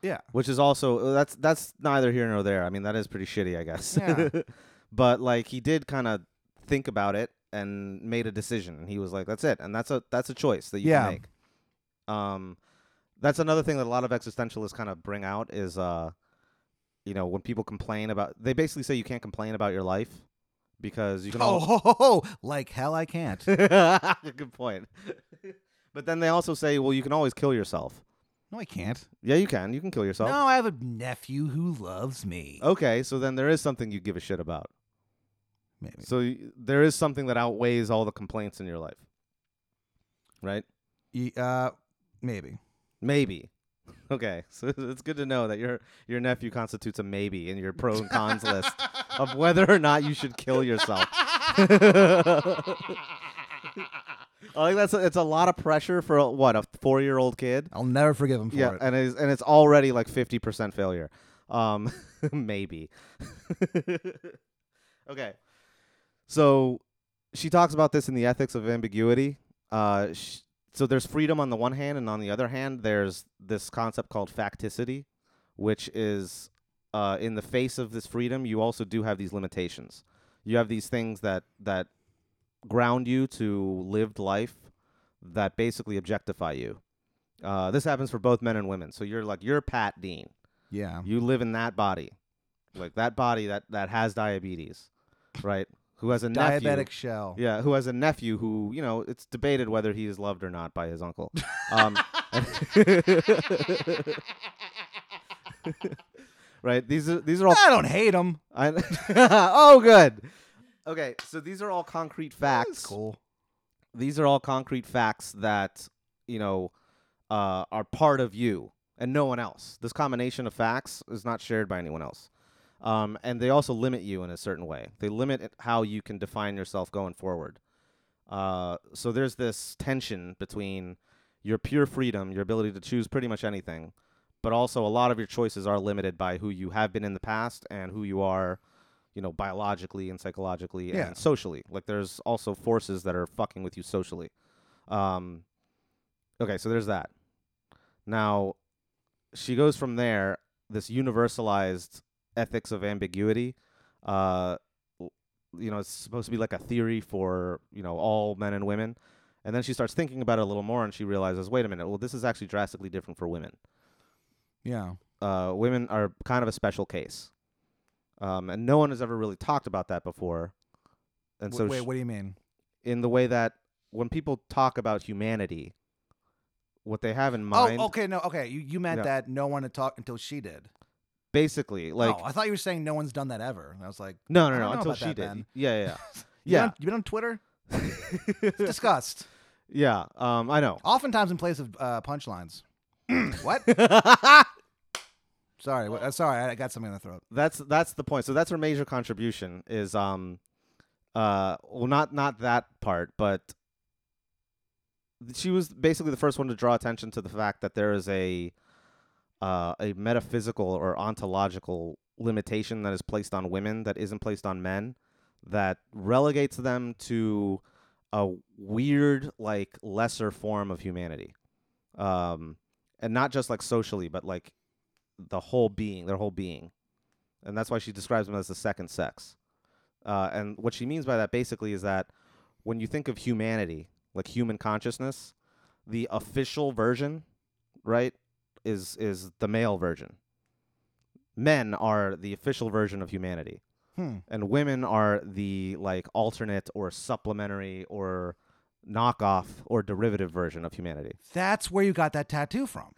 [SPEAKER 3] Yeah.
[SPEAKER 2] which is also uh, that's that's neither here nor there. I mean, that is pretty shitty, I guess.
[SPEAKER 3] Yeah.
[SPEAKER 2] but like he did kind of think about it and made a decision, and he was like, "That's it," and that's a that's a choice that you
[SPEAKER 3] Yeah.
[SPEAKER 2] can make. Um, that's another thing that a lot of existentialists kind of bring out is uh, you know, when people complain about, they basically say you can't complain about your life because you can.
[SPEAKER 3] Oh,
[SPEAKER 2] al-
[SPEAKER 3] ho, ho, ho, like hell, I can't.
[SPEAKER 2] good point. but then they also say, well, you can always kill yourself.
[SPEAKER 3] No, I can't.
[SPEAKER 2] Yeah, you can. You can kill yourself.
[SPEAKER 3] No, I have a nephew who loves me.
[SPEAKER 2] Okay, so then there is something you give a shit about.
[SPEAKER 3] Maybe.
[SPEAKER 2] So y- there is something that outweighs all the complaints in your life, right?
[SPEAKER 3] Y- Uh, maybe.
[SPEAKER 2] Maybe. Okay, so it's good to know that your your nephew constitutes a maybe in your pro and cons list of whether or not you should kill yourself. I think that's a, it's a lot of pressure for a, what a four year old kid.
[SPEAKER 3] I'll never forgive him for
[SPEAKER 2] yeah, uh,
[SPEAKER 3] it.
[SPEAKER 2] and it's and it's already like fifty percent failure. Um, maybe. okay, so she talks about this in the ethics of ambiguity. Uh, sh- so there's freedom on the one hand, and on the other hand, there's this concept called facticity, which is uh, in the face of this freedom, you also do have these limitations. You have these things that that ground you to lived life that basically objectify you. Uh, this happens for both men and women. So you're like you're Pat Dean.
[SPEAKER 3] yeah.
[SPEAKER 2] You live in that body, like that body that that has diabetes, right? Who has a
[SPEAKER 3] Diabetic
[SPEAKER 2] nephew?
[SPEAKER 3] shell.
[SPEAKER 2] Yeah, who has a nephew who, you know, it's debated whether he is loved or not by his uncle. Um, right? These are these are all.
[SPEAKER 3] I don't hate him.
[SPEAKER 2] I, oh, good. Okay, so these are all concrete
[SPEAKER 3] That's
[SPEAKER 2] facts.
[SPEAKER 3] cool.
[SPEAKER 2] These are all concrete facts that you know uh, are part of you and no one else. This combination of facts is not shared by anyone else. Um, and they also limit you in a certain way. They limit it- how you can define yourself going forward. Uh, so there's this tension between your pure freedom, your ability to choose pretty much anything, but also a lot of your choices are limited by who you have been in the past and who you are, you know, biologically and psychologically
[SPEAKER 3] Yeah.
[SPEAKER 2] and socially. Like there's also forces that are fucking with you socially. Um, okay, so there's that. Now, she goes from there, this universalized ethics of ambiguity. Uh, w- you know, it's supposed to be like a theory for, you know, all men and women. And then she starts thinking about it a little more and she realizes, wait a minute, well, this is actually drastically different for women.
[SPEAKER 3] Yeah.
[SPEAKER 2] Uh, women are kind of a special case. Um, and no one has ever really talked about that before. And
[SPEAKER 3] Wait,
[SPEAKER 2] so,
[SPEAKER 3] wait,
[SPEAKER 2] sh-
[SPEAKER 3] what do you mean?
[SPEAKER 2] in the way that when people talk about humanity, what they have in mind.
[SPEAKER 3] Oh, okay, no, okay. You, you meant
[SPEAKER 2] No.
[SPEAKER 3] that no one had talked until she did.
[SPEAKER 2] Basically, like
[SPEAKER 3] oh, I thought you were saying no one's done that ever. And I was like,
[SPEAKER 2] no, no, no,
[SPEAKER 3] I don't know
[SPEAKER 2] until
[SPEAKER 3] about
[SPEAKER 2] she
[SPEAKER 3] that,
[SPEAKER 2] did.
[SPEAKER 3] Ben.
[SPEAKER 2] Yeah, yeah,
[SPEAKER 3] you been
[SPEAKER 2] Yeah.
[SPEAKER 3] on- you been on Twitter?
[SPEAKER 2] yeah.
[SPEAKER 3] Discussed.
[SPEAKER 2] yeah. Um, I know.
[SPEAKER 3] Oftentimes in place of uh, punchlines. what? Sorry, wh- uh, sorry. I I got something in the throat.
[SPEAKER 2] that's that's the point. So that's her major contribution is um uh well not not that part, but she was basically the first one to draw attention to the fact that there is a uh a metaphysical or ontological limitation that is placed on women that isn't placed on men that relegates them to a weird like lesser form of humanity. Um and not just like socially, but like the whole being, their whole being and that's why she describes them as the second sex. Uh, and what she means by that basically is that when you think of humanity, like human consciousness, the official version, right, is is the male version. Men are the official version of humanity,
[SPEAKER 3] Hmm.
[SPEAKER 2] and women are the like alternate or supplementary or knockoff or derivative version of humanity.
[SPEAKER 3] That's where you got that tattoo from.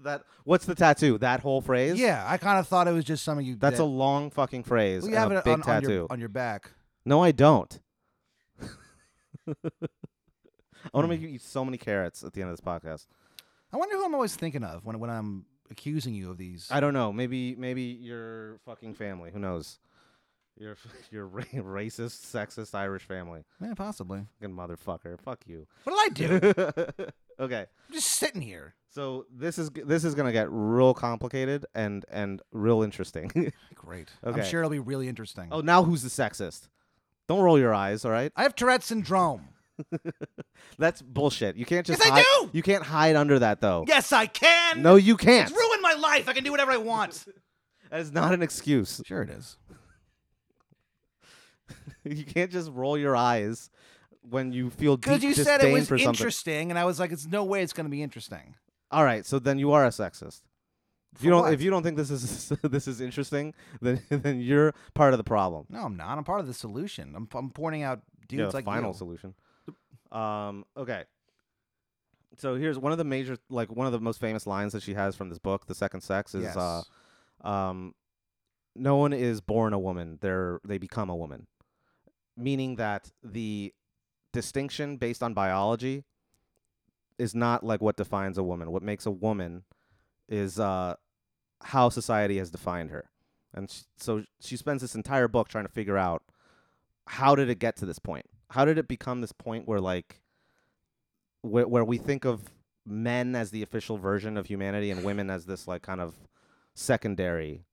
[SPEAKER 2] That what's the tattoo? That whole phrase?
[SPEAKER 3] yeah, I kind of thought it was just something you.
[SPEAKER 2] That's
[SPEAKER 3] did.
[SPEAKER 2] a long fucking phrase
[SPEAKER 3] Well,
[SPEAKER 2] and
[SPEAKER 3] you have
[SPEAKER 2] a
[SPEAKER 3] it
[SPEAKER 2] big
[SPEAKER 3] on, on
[SPEAKER 2] tattoo.
[SPEAKER 3] your, on your back.
[SPEAKER 2] No, I don't. I
[SPEAKER 3] Hmm.
[SPEAKER 2] want to make you eat so many carrots at the end of this podcast.
[SPEAKER 3] I wonder who I'm always thinking of when when I'm accusing you of these.
[SPEAKER 2] I don't know. Maybe maybe your fucking family. Who knows? Your f- your ra- racist, sexist Irish family.
[SPEAKER 3] Yeah, possibly.
[SPEAKER 2] Fucking motherfucker. Fuck you.
[SPEAKER 3] What did I do?
[SPEAKER 2] okay.
[SPEAKER 3] I'm just sitting here.
[SPEAKER 2] So this is g- this is gonna get real complicated and and real interesting.
[SPEAKER 3] Great. I'm
[SPEAKER 2] Okay.
[SPEAKER 3] sure it'll be really interesting.
[SPEAKER 2] oh, now who's the sexist? Don't roll your eyes. All right.
[SPEAKER 3] I have Tourette's syndrome.
[SPEAKER 2] That's bullshit. You can't just.
[SPEAKER 3] Yes, I
[SPEAKER 2] hide-
[SPEAKER 3] do!
[SPEAKER 2] You can't hide under that though.
[SPEAKER 3] Yes, I can.
[SPEAKER 2] Oh. No, you can't.
[SPEAKER 3] ruined my life. I can do whatever I want.
[SPEAKER 2] That is not an excuse.
[SPEAKER 3] Sure, it is.
[SPEAKER 2] you can't just roll your eyes when you feel deep
[SPEAKER 3] Because you
[SPEAKER 2] disdain
[SPEAKER 3] said it was
[SPEAKER 2] for something.
[SPEAKER 3] interesting, and I was like, "It's no way it's going to be interesting."
[SPEAKER 2] All right, so then you are a sexist. If
[SPEAKER 3] For
[SPEAKER 2] you don't,
[SPEAKER 3] what?
[SPEAKER 2] if you don't think this is this is interesting, then then you're part of the problem.
[SPEAKER 3] No, I'm not. I'm part of the solution. I'm, I'm pointing out dudes
[SPEAKER 2] yeah, the
[SPEAKER 3] like
[SPEAKER 2] final
[SPEAKER 3] you.
[SPEAKER 2] solution. Um, okay. So here's one of the major, like one of the most famous lines that she has from this book, "The Second Sex," is
[SPEAKER 3] Yes.
[SPEAKER 2] uh, um, no one is born a woman; they're they become a woman, meaning that the distinction based on biology is not like what defines a woman. What makes a woman is uh, how society has defined her, and sh- so she spends this entire book trying to figure out how did it get to this point? How did it become this point where like where where we think of men as the official version of humanity and women as this like kind of secondary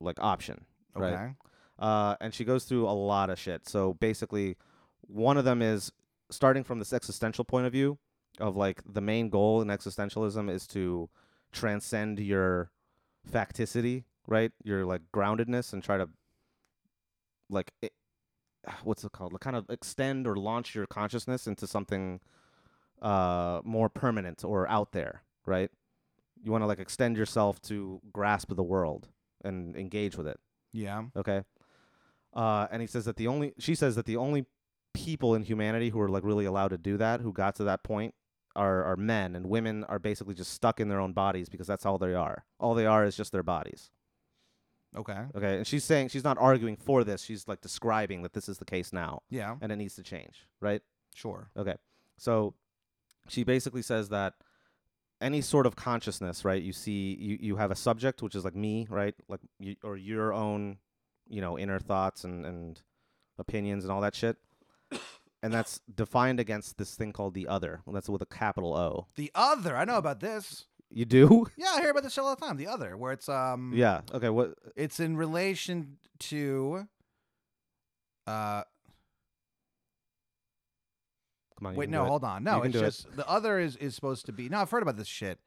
[SPEAKER 2] like option,
[SPEAKER 3] okay.
[SPEAKER 2] right? Uh, and she goes through a lot of shit. So basically, one of them is starting from this existential point of view of like the main goal in existentialism is to transcend your facticity, right? Your like groundedness and try to like i what's it called? Like kind of extend or launch your consciousness into something uh more permanent or out there, right? You want to like extend yourself to grasp the world and engage with it.
[SPEAKER 3] Yeah.
[SPEAKER 2] Okay. Uh, and he says that the only she says that the only people in humanity who are like really allowed to do that, who got to that point, are are men, and women are basically just stuck in their own bodies because that's all they are. All they are is just their bodies.
[SPEAKER 3] Okay.
[SPEAKER 2] Okay. And she's saying she's not arguing for this. She's like describing that this is the case now,
[SPEAKER 3] Yeah.
[SPEAKER 2] and it needs to change, right?
[SPEAKER 3] Sure.
[SPEAKER 2] So she basically says that any sort of consciousness, right? You see, you, you have a subject, which is like me, right? Like you, or your own, you know, inner thoughts and, and opinions and all that shit. And that's defined against this thing called the other. Well, that's with a capital O.
[SPEAKER 3] The other. I know about this.
[SPEAKER 2] You do?
[SPEAKER 3] Yeah, I hear about this all the time. The other, where it's um.
[SPEAKER 2] yeah. Okay. What?
[SPEAKER 3] It's in relation to. Uh,
[SPEAKER 2] Come on. you
[SPEAKER 3] wait,
[SPEAKER 2] can
[SPEAKER 3] no,
[SPEAKER 2] do it.
[SPEAKER 3] hold on. No,
[SPEAKER 2] can
[SPEAKER 3] it's
[SPEAKER 2] do it.
[SPEAKER 3] just the other is is supposed to be. No, I've heard about this shit.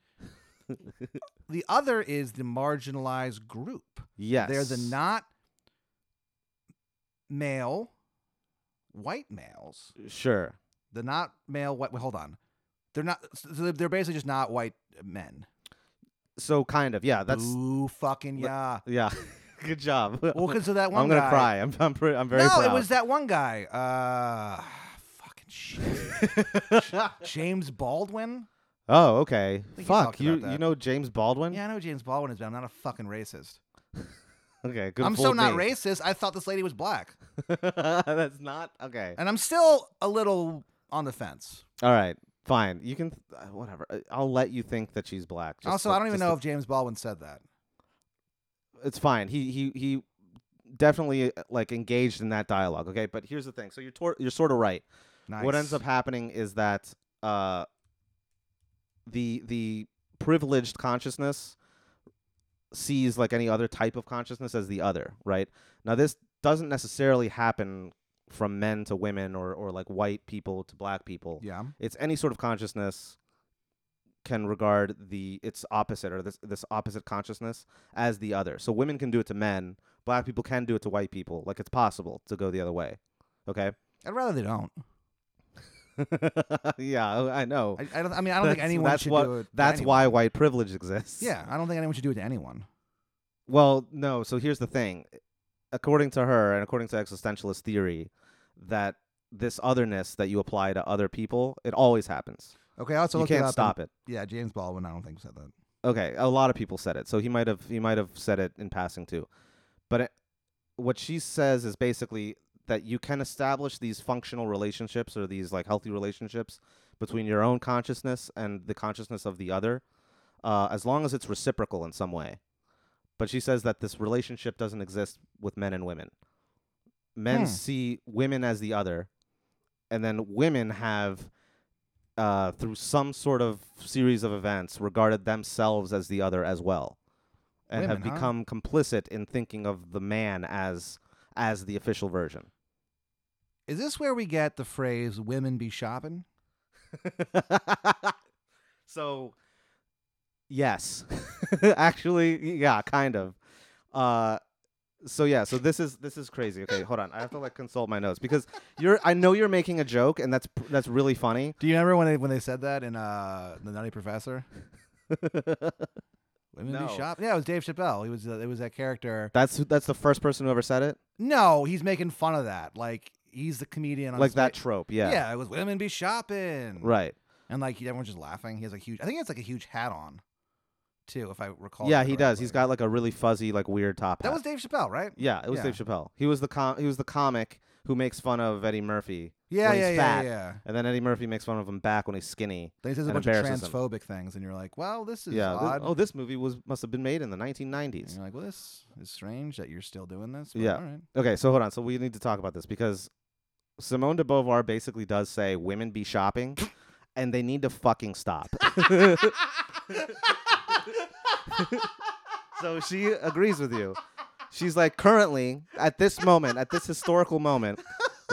[SPEAKER 3] the other is the marginalized group.
[SPEAKER 2] Yes.
[SPEAKER 3] They're the not male, white males.
[SPEAKER 2] Sure.
[SPEAKER 3] They're not male white. Hold on, they're not. So they're- they're basically just not white men.
[SPEAKER 2] So kind of. Yeah. That's.
[SPEAKER 3] Ooh, fucking
[SPEAKER 2] But- Yeah.
[SPEAKER 3] yeah.
[SPEAKER 2] Good job.
[SPEAKER 3] Well, because of that one.
[SPEAKER 2] I'm gonna
[SPEAKER 3] guy.
[SPEAKER 2] cry. I'm. I'm, pre- I'm very
[SPEAKER 3] no,
[SPEAKER 2] proud.
[SPEAKER 3] it was that one guy. Uh, fucking Shit. James Baldwin?
[SPEAKER 2] Oh, okay.
[SPEAKER 3] think you
[SPEAKER 2] Fuck
[SPEAKER 3] talked
[SPEAKER 2] you.
[SPEAKER 3] about
[SPEAKER 2] You
[SPEAKER 3] that.
[SPEAKER 2] know James Baldwin?
[SPEAKER 3] Yeah, I know who James Baldwin is, but I'm not a fucking racist.
[SPEAKER 2] Okay. Good.
[SPEAKER 3] I'm
[SPEAKER 2] full
[SPEAKER 3] so not
[SPEAKER 2] name.
[SPEAKER 3] racist. I thought this lady was black.
[SPEAKER 2] That's not okay.
[SPEAKER 3] And I'm still a little on the fence.
[SPEAKER 2] All right. Fine. You can. uh, Whatever. I- I'll let you think that she's black. just
[SPEAKER 3] also,
[SPEAKER 2] to-
[SPEAKER 3] I don't even
[SPEAKER 2] just to-
[SPEAKER 3] know if James Baldwin said that.
[SPEAKER 2] it's fine. He he he definitely uh, like engaged in that dialogue. Okay, but here's the thing. So you're tor- you're sort of right.
[SPEAKER 3] Nice.
[SPEAKER 2] What ends up happening is that uh, the the privileged consciousness sees like any other type of consciousness as the other, right? Now this doesn't necessarily happen from men to women or or like white people to black people
[SPEAKER 3] Yeah.
[SPEAKER 2] it's any sort of consciousness can regard the its opposite or this this opposite consciousness as the other. So women can do it to men, black people can do it to white people. Like it's possible to go the other way. Okay?
[SPEAKER 3] I'd rather they don't.
[SPEAKER 2] yeah, oh, I I know.
[SPEAKER 3] I, I, don't, I mean, I don't think
[SPEAKER 2] That's-
[SPEAKER 3] anyone
[SPEAKER 2] that's
[SPEAKER 3] should
[SPEAKER 2] what-
[SPEAKER 3] do it. to
[SPEAKER 2] That's
[SPEAKER 3] anyone.
[SPEAKER 2] why white privilege exists.
[SPEAKER 3] Yeah, I don't think anyone should do it to anyone.
[SPEAKER 2] Well, no. So here's the thing. According to her and according to existentialist theory, that this otherness that you apply to other people, it always happens.
[SPEAKER 3] Okay, I also
[SPEAKER 2] you
[SPEAKER 3] looked it
[SPEAKER 2] can't
[SPEAKER 3] up
[SPEAKER 2] stop it.
[SPEAKER 3] and- yeah, James Baldwin, I don't think said that.
[SPEAKER 2] okay a lot of people said it so he might have he might have said it in passing too but it, what she says is basically that you can establish these functional relationships or these like healthy relationships between your own consciousness and the consciousness of the other uh, as long as it's reciprocal in some way but she says that this relationship doesn't exist with men and women men
[SPEAKER 3] Hmm.
[SPEAKER 2] see women as the other and then women have uh, through some sort of series of events regarded themselves as the other as well and
[SPEAKER 3] Women,
[SPEAKER 2] have
[SPEAKER 3] huh?
[SPEAKER 2] become complicit in thinking of the man as as the official version
[SPEAKER 3] Is this where we get the phrase "women be shopping"?
[SPEAKER 2] so yes actually yeah kind of uh so yeah so this is this is crazy okay hold on i have to like consult my notes because you're i know you're making a joke and that's pr- that's really funny
[SPEAKER 3] Do you remember when they when they said that in uh, the Nutty Professor? Women
[SPEAKER 2] No.
[SPEAKER 3] be shopping. Yeah, it was Dave Chappelle. He was uh, it was that character.
[SPEAKER 2] that's that's the first person who ever said it
[SPEAKER 3] No, he's making fun of that. Like he's the comedian. On
[SPEAKER 2] like that
[SPEAKER 3] sta-
[SPEAKER 2] trope yeah
[SPEAKER 3] Yeah, it was women be shopping.
[SPEAKER 2] right
[SPEAKER 3] And like everyone's just laughing. He has a huge. I think he has like a huge hat on, too. If I recall.
[SPEAKER 2] yeah
[SPEAKER 3] it
[SPEAKER 2] he does he's
[SPEAKER 3] correctly.
[SPEAKER 2] got like a really fuzzy like weird top
[SPEAKER 3] That
[SPEAKER 2] hat.
[SPEAKER 3] was Dave Chappelle, right?
[SPEAKER 2] yeah it was
[SPEAKER 3] yeah.
[SPEAKER 2] dave chappelle he was the com- he was the comic who makes fun of eddie murphy
[SPEAKER 3] Yeah,
[SPEAKER 2] when
[SPEAKER 3] yeah,
[SPEAKER 2] he's
[SPEAKER 3] yeah,
[SPEAKER 2] fat.
[SPEAKER 3] yeah.
[SPEAKER 2] and then eddie murphy makes fun of him back when he's skinny
[SPEAKER 3] Then he says a
[SPEAKER 2] And
[SPEAKER 3] bunch of
[SPEAKER 2] embarrasses him.
[SPEAKER 3] transphobic things, and you're like, "Well, this is
[SPEAKER 2] yeah. thi-
[SPEAKER 3] odd."
[SPEAKER 2] oh, this movie was must have been made in the
[SPEAKER 3] And
[SPEAKER 2] 1990s.
[SPEAKER 3] you're like, well, this is strange that you're still doing this. But
[SPEAKER 2] Yeah.
[SPEAKER 3] All right.
[SPEAKER 2] Okay, so hold on. So we need to talk about this because Simone de Beauvoir basically does say women be shopping, and they need to fucking stop. so she agrees with you. She's like, currently at this moment, at this historical moment,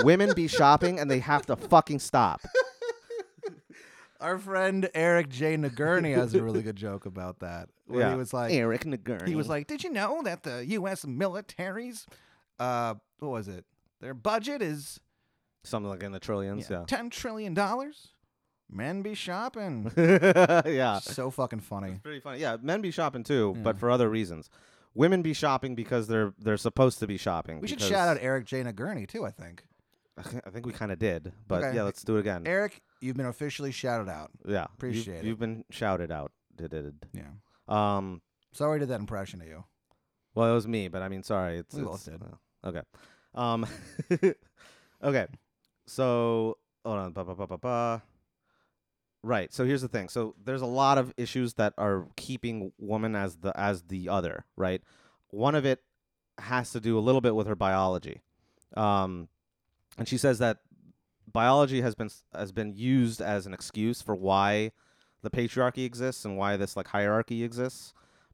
[SPEAKER 2] women be shopping and they have to fucking stop.
[SPEAKER 3] Our friend Eric J. Nagurny has a really good joke about that. Where
[SPEAKER 2] yeah.
[SPEAKER 3] he was like,
[SPEAKER 2] Eric Nagurny.
[SPEAKER 3] he was like, did you know that the U.S. military's, uh, what was it? Their budget is
[SPEAKER 2] something like in the
[SPEAKER 3] yeah,
[SPEAKER 2] trillions. Yeah.
[SPEAKER 3] ten trillion dollars. Men be shopping.
[SPEAKER 2] Yeah.
[SPEAKER 3] so fucking funny.
[SPEAKER 2] Pretty funny. Yeah, men be shopping too, but
[SPEAKER 3] Yeah.
[SPEAKER 2] for other reasons. Women be shopping because they're they're supposed to be shopping.
[SPEAKER 3] We should
[SPEAKER 2] because-
[SPEAKER 3] shout out Eric J. Nagurny too. I think
[SPEAKER 2] I think we kind of did, but
[SPEAKER 3] Okay.
[SPEAKER 2] yeah, let's do it again.
[SPEAKER 3] Eric, you've been officially shouted out.
[SPEAKER 2] yeah,
[SPEAKER 3] appreciate
[SPEAKER 2] you've,
[SPEAKER 3] it.
[SPEAKER 2] You've been shouted out. Did-did-did.
[SPEAKER 3] Yeah.
[SPEAKER 2] Um.
[SPEAKER 3] Sorry I did that impression of you.
[SPEAKER 2] Well, it was me, but I mean, sorry. It's,
[SPEAKER 3] We both
[SPEAKER 2] it's-
[SPEAKER 3] did.
[SPEAKER 2] uh, okay. Um. okay. So hold on. Ba, ba, ba, ba, ba. Right. So here's the thing. So there's a lot of issues that are keeping woman as the as the other. Right. One of it has to do a little bit with her biology, um, and she says that biology has been s- has been used as an excuse for why the patriarchy exists and why this like hierarchy exists.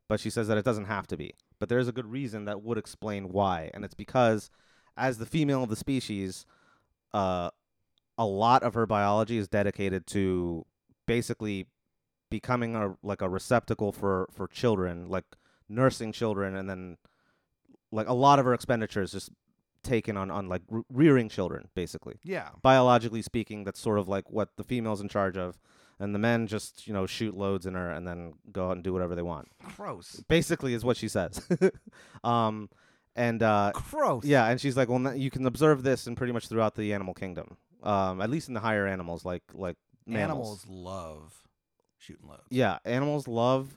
[SPEAKER 2] But she says that it doesn't have to be. But there is a good reason that would explain why, and it's because as the female of the species, uh, a lot of her biology is dedicated to basically becoming a like a receptacle for for children, like nursing children, and then like a lot of her expenditure is just taken on on like re- rearing children, basically
[SPEAKER 3] Yeah.
[SPEAKER 2] biologically speaking, that's sort of like what the female's in charge of, and the men just you know shoot loads in her and then go out and do whatever they want.
[SPEAKER 3] Gross.
[SPEAKER 2] Basically, is what she says. um, and uh,
[SPEAKER 3] Gross.
[SPEAKER 2] yeah, and she's like, well, n- you can observe this in pretty much throughout the animal kingdom. Um, at least in the higher animals, like like mammals.
[SPEAKER 3] Animals love shooting loads.
[SPEAKER 2] Yeah, animals love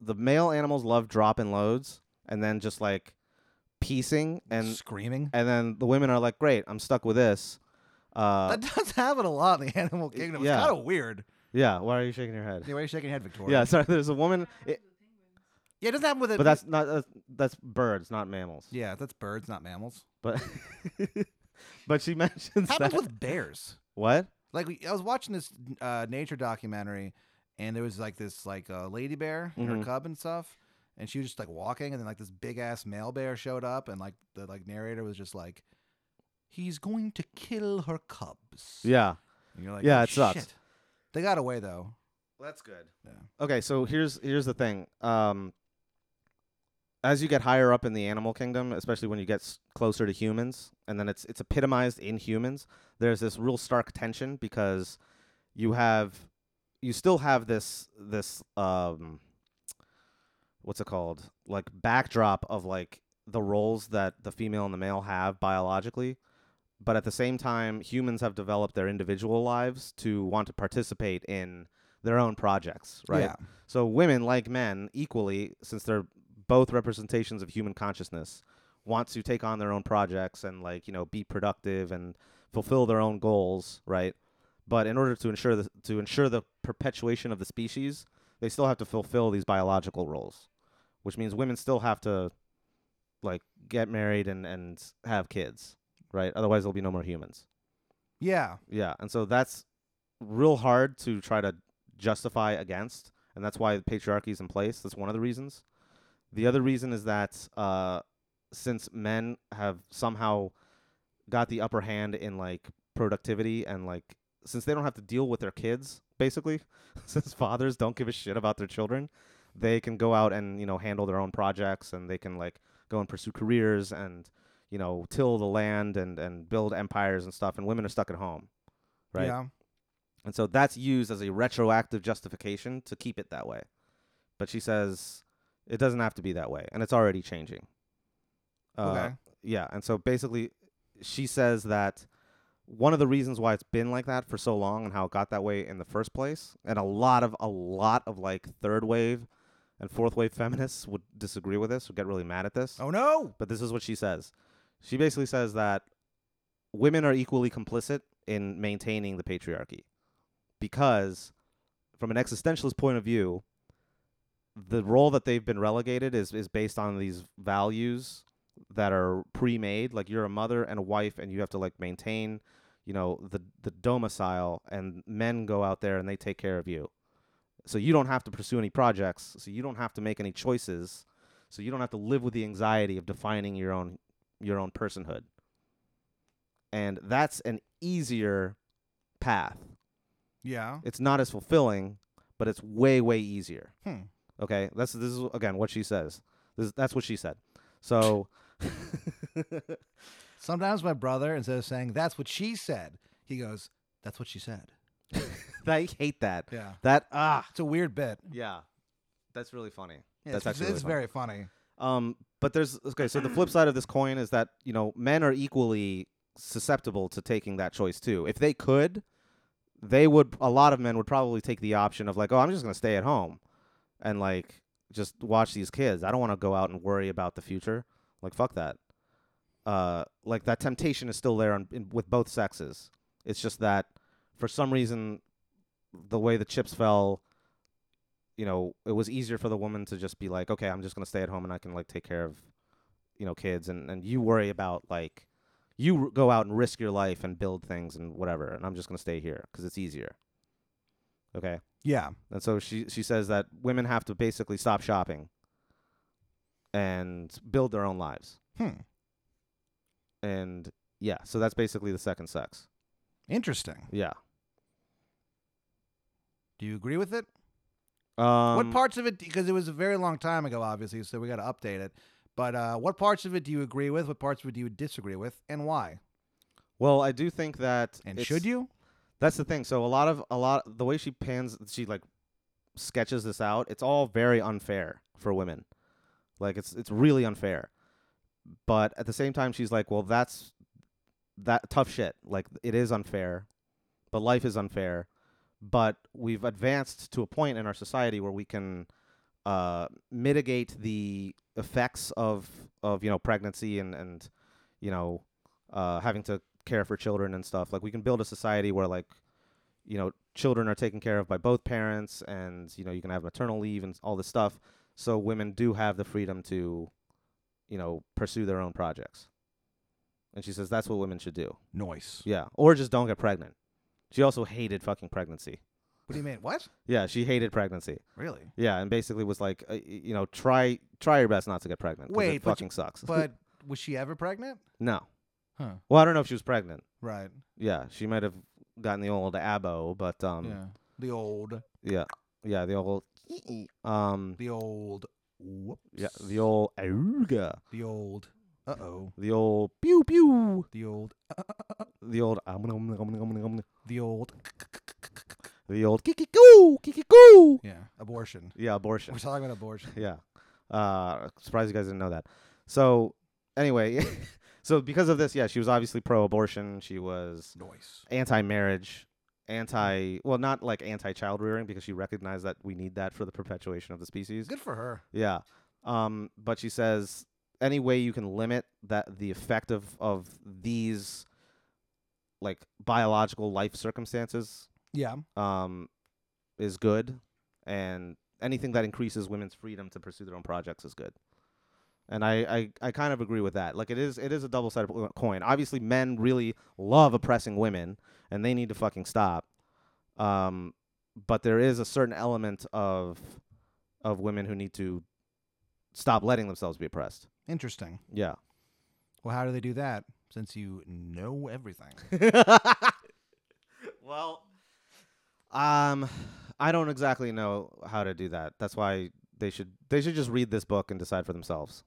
[SPEAKER 2] the male animals love dropping loads and then just like piecing and
[SPEAKER 3] screaming.
[SPEAKER 2] and then the women are like, "Great, I'm stuck with this." Uh,
[SPEAKER 3] that does happen a lot in the animal kingdom.
[SPEAKER 2] yeah.
[SPEAKER 3] It's kind of weird.
[SPEAKER 2] yeah. Why are you shaking your head?
[SPEAKER 3] Yeah, why are you shaking your head, Victoria?
[SPEAKER 2] Yeah. Sorry. There's a woman, it,
[SPEAKER 3] Yeah, it doesn't happen with it.
[SPEAKER 2] but that's not that's, that's birds, not mammals.
[SPEAKER 3] yeah, that's birds, not mammals.
[SPEAKER 2] But but she mentions
[SPEAKER 3] happens
[SPEAKER 2] that.
[SPEAKER 3] with bears.
[SPEAKER 2] what?
[SPEAKER 3] Like we, I was watching this uh, nature documentary, and there was like this like uh, lady bear and
[SPEAKER 2] Mhm.
[SPEAKER 3] her cub and stuff, and she was just like walking, and then like this big ass male bear showed up, and like the like narrator was just like, "He's going to kill her cubs."
[SPEAKER 2] Yeah.
[SPEAKER 3] and you're like,
[SPEAKER 2] Yeah,
[SPEAKER 3] "Oh,
[SPEAKER 2] it sucks."
[SPEAKER 3] shit." They got away though.
[SPEAKER 2] That's good.
[SPEAKER 3] Yeah.
[SPEAKER 2] Okay, so here's here's the thing. Um, as you get higher up in the animal kingdom, especially when you get s- closer to humans, and then it's it's epitomized in humans. There's this real stark tension because you have you still have this this um what's it called like backdrop of like the roles that the female and the male have biologically but at the same time humans have developed their individual lives to want to participate in their own projects right
[SPEAKER 3] Yeah.
[SPEAKER 2] so women, like men, equally, since they're both representations of human consciousness, want to take on their own projects and like you know be productive and fulfill their own goals, right? But in order to ensure the to ensure the perpetuation of the species, they still have to fulfill these biological roles, which means women still have to like get married and and have kids, right? Otherwise, there'll be no more humans.
[SPEAKER 3] Yeah.
[SPEAKER 2] Yeah, and so that's real hard to try to justify against, and that's why the patriarchy is in place. That's one of the reasons. The other reason is that uh, since men have somehow got the upper hand in like productivity and like since they don't have to deal with their kids, basically, since fathers don't give a shit about their children, they can go out and you know handle their own projects and they can like go and pursue careers and you know till the land and and build empires and stuff. And women are stuck at home, right?
[SPEAKER 3] Yeah.
[SPEAKER 2] And so that's used as a retroactive justification to keep it that way. But she says it doesn't have to be that way, and it's already changing. Uh,
[SPEAKER 3] okay.
[SPEAKER 2] Yeah. And so basically, she says that one of the reasons why it's been like that for so long and how it got that way in the first place, and a lot of, a lot of like third wave and fourth wave feminists would disagree with this, would get really mad at this
[SPEAKER 3] Oh no.
[SPEAKER 2] but this is what she says. She basically says that women are equally complicit in maintaining the patriarchy because, from an existentialist point of view, the role that they've been relegated is, is based on these values that are pre-made like you're a mother and a wife and you have to like maintain you know the the domicile and men go out there and they take care of you so you don't have to pursue any projects so you don't have to make any choices so you don't have to live with the anxiety of defining your own your own personhood and that's an easier path
[SPEAKER 3] Yeah.
[SPEAKER 2] it's not as fulfilling but it's way way easier
[SPEAKER 3] Hmm.
[SPEAKER 2] okay that's this is again what she says this, is- that's what she said so
[SPEAKER 3] Sometimes my brother, instead of saying "That's what she said," he goes, "That's what she said."
[SPEAKER 2] i hate that
[SPEAKER 3] Yeah.
[SPEAKER 2] that ah
[SPEAKER 3] It's a weird bit.
[SPEAKER 2] yeah that's really funny
[SPEAKER 3] Yeah,
[SPEAKER 2] That's
[SPEAKER 3] it's,
[SPEAKER 2] actually really
[SPEAKER 3] it's
[SPEAKER 2] funny.
[SPEAKER 3] very funny.
[SPEAKER 2] Um, but there's okay. So the flip side of this coin is that you know men are equally susceptible to taking that choice too. If they could, they would. A lot of men would probably take the option of like, oh, I'm just gonna stay at home, and like just watch these kids. I don't want to go out and worry about the future. Like fuck that. Uh, like that temptation is still there on, in, with both sexes. It's just that for some reason, the way the chips fell, you know, it was easier for the woman to just be like, okay, I'm just gonna stay at home and I can like take care of, you know, kids and and you worry about like, you r- go out and risk your life and build things and whatever, and I'm just gonna stay here because it's easier. Okay,
[SPEAKER 3] Yeah.
[SPEAKER 2] and so she she says that women have to basically stop shopping and build their own lives,
[SPEAKER 3] Hmm.
[SPEAKER 2] and yeah, so that's basically the second sex.
[SPEAKER 3] Interesting.
[SPEAKER 2] Yeah.
[SPEAKER 3] Do you agree with it?
[SPEAKER 2] Um,
[SPEAKER 3] what parts of it? Because it was a very long time ago, obviously, so we got to update it. But uh, what parts of it do you agree with? What parts would you disagree with, and why?
[SPEAKER 2] Well, I do think that
[SPEAKER 3] And
[SPEAKER 2] it's-
[SPEAKER 3] should you?
[SPEAKER 2] That's the thing. So a lot of a lot the way she pans she like sketches this out, it's all very unfair for women. Like it's it's really unfair. But at the same time she's like, well that's that tough shit. Like it is unfair, but life is unfair. But we've advanced to a point in our society where we can uh, mitigate the effects of of you know pregnancy and and you know uh, having to care for children and stuff. Like we can build a society where like you know children are taken care of by both parents, and you know you can have maternal leave and all this stuff. So women do have the freedom to you know pursue their own projects. And she says that's what women should do.
[SPEAKER 3] Noise.
[SPEAKER 2] Yeah, or just don't get pregnant. She also hated fucking pregnancy.
[SPEAKER 3] What do you mean? What?
[SPEAKER 2] Yeah, she hated pregnancy.
[SPEAKER 3] Really?
[SPEAKER 2] Yeah, and basically was like, uh, y- you know, try try your best not to get pregnant. 'cause
[SPEAKER 3] Wait,
[SPEAKER 2] it
[SPEAKER 3] but you-
[SPEAKER 2] fucking sucks.
[SPEAKER 3] But was she ever pregnant?
[SPEAKER 2] no,
[SPEAKER 3] Huh.
[SPEAKER 2] well, I don't know if she was pregnant.
[SPEAKER 3] Right.
[SPEAKER 2] Yeah, she might have gotten the old abo, but um, yeah,
[SPEAKER 3] yeah. The old,
[SPEAKER 2] yeah, the old, um,
[SPEAKER 3] the old, whoops.
[SPEAKER 2] yeah, the old auga,
[SPEAKER 3] the old, uh oh,
[SPEAKER 2] the old pew pew,
[SPEAKER 3] the old,
[SPEAKER 2] the old um, um, um, um, um, um,
[SPEAKER 3] the old,
[SPEAKER 2] the old kiki goo kiki goo.
[SPEAKER 3] yeah, abortion.
[SPEAKER 2] Yeah, abortion.
[SPEAKER 3] We're talking about abortion.
[SPEAKER 2] Yeah. Uh, surprised you guys didn't know that. So, anyway, so because of this, yeah, she was obviously pro abortion. She was
[SPEAKER 3] Noise.
[SPEAKER 2] anti marriage, anti, well, not like anti child rearing because she recognized that we need that for the perpetuation of the species.
[SPEAKER 3] Good for her.
[SPEAKER 2] Yeah. Um, but she says any way you can limit that the effect of, of these like biological life circumstances
[SPEAKER 3] Yeah.
[SPEAKER 2] um, is good, and anything that increases women's freedom to pursue their own projects is good. And I, I, I kind of agree with that. Like it is it is a double sided coin. Obviously, men really love oppressing women, and they need to fucking stop. Um, but there is a certain element of of women who need to stop letting themselves be oppressed.
[SPEAKER 3] Interesting.
[SPEAKER 2] Yeah.
[SPEAKER 3] Well, how do they do that? Since you know everything.
[SPEAKER 2] well, um, I don't exactly know how to do that. That's why they should they should just read this book and decide for themselves.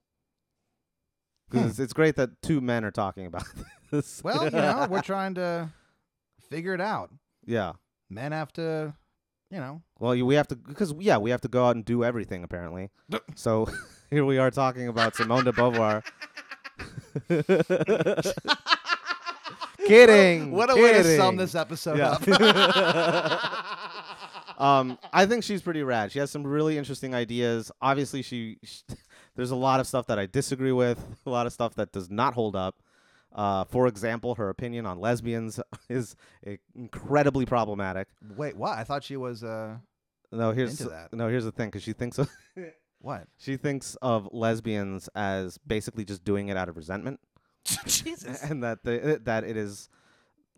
[SPEAKER 2] Because
[SPEAKER 3] Hmm.
[SPEAKER 2] it's, it's great that two men are talking about this.
[SPEAKER 3] Well, you know, we're trying to figure it out.
[SPEAKER 2] yeah.
[SPEAKER 3] Men have to, you know,
[SPEAKER 2] Well, you, we have to because yeah, we have to go out and do everything apparently. so here we are talking about Simone de Beauvoir. kidding.
[SPEAKER 3] What a way to sum
[SPEAKER 2] kidding.
[SPEAKER 3] this episode
[SPEAKER 2] Yeah.
[SPEAKER 3] up.
[SPEAKER 2] um, I think she's pretty rad. She has some really interesting ideas. Obviously, she, sh there's a lot of stuff that I disagree with, a lot of stuff that does not hold up. Uh, for example, her opinion on lesbians is i- incredibly problematic.
[SPEAKER 3] Wait, what? I thought she was uh
[SPEAKER 2] No, here's
[SPEAKER 3] Into that.
[SPEAKER 2] no, here's the thing, because she thinks of,
[SPEAKER 3] what?
[SPEAKER 2] she thinks of lesbians as basically just doing it out of resentment,
[SPEAKER 3] Jesus.
[SPEAKER 2] and that the, eh, that it is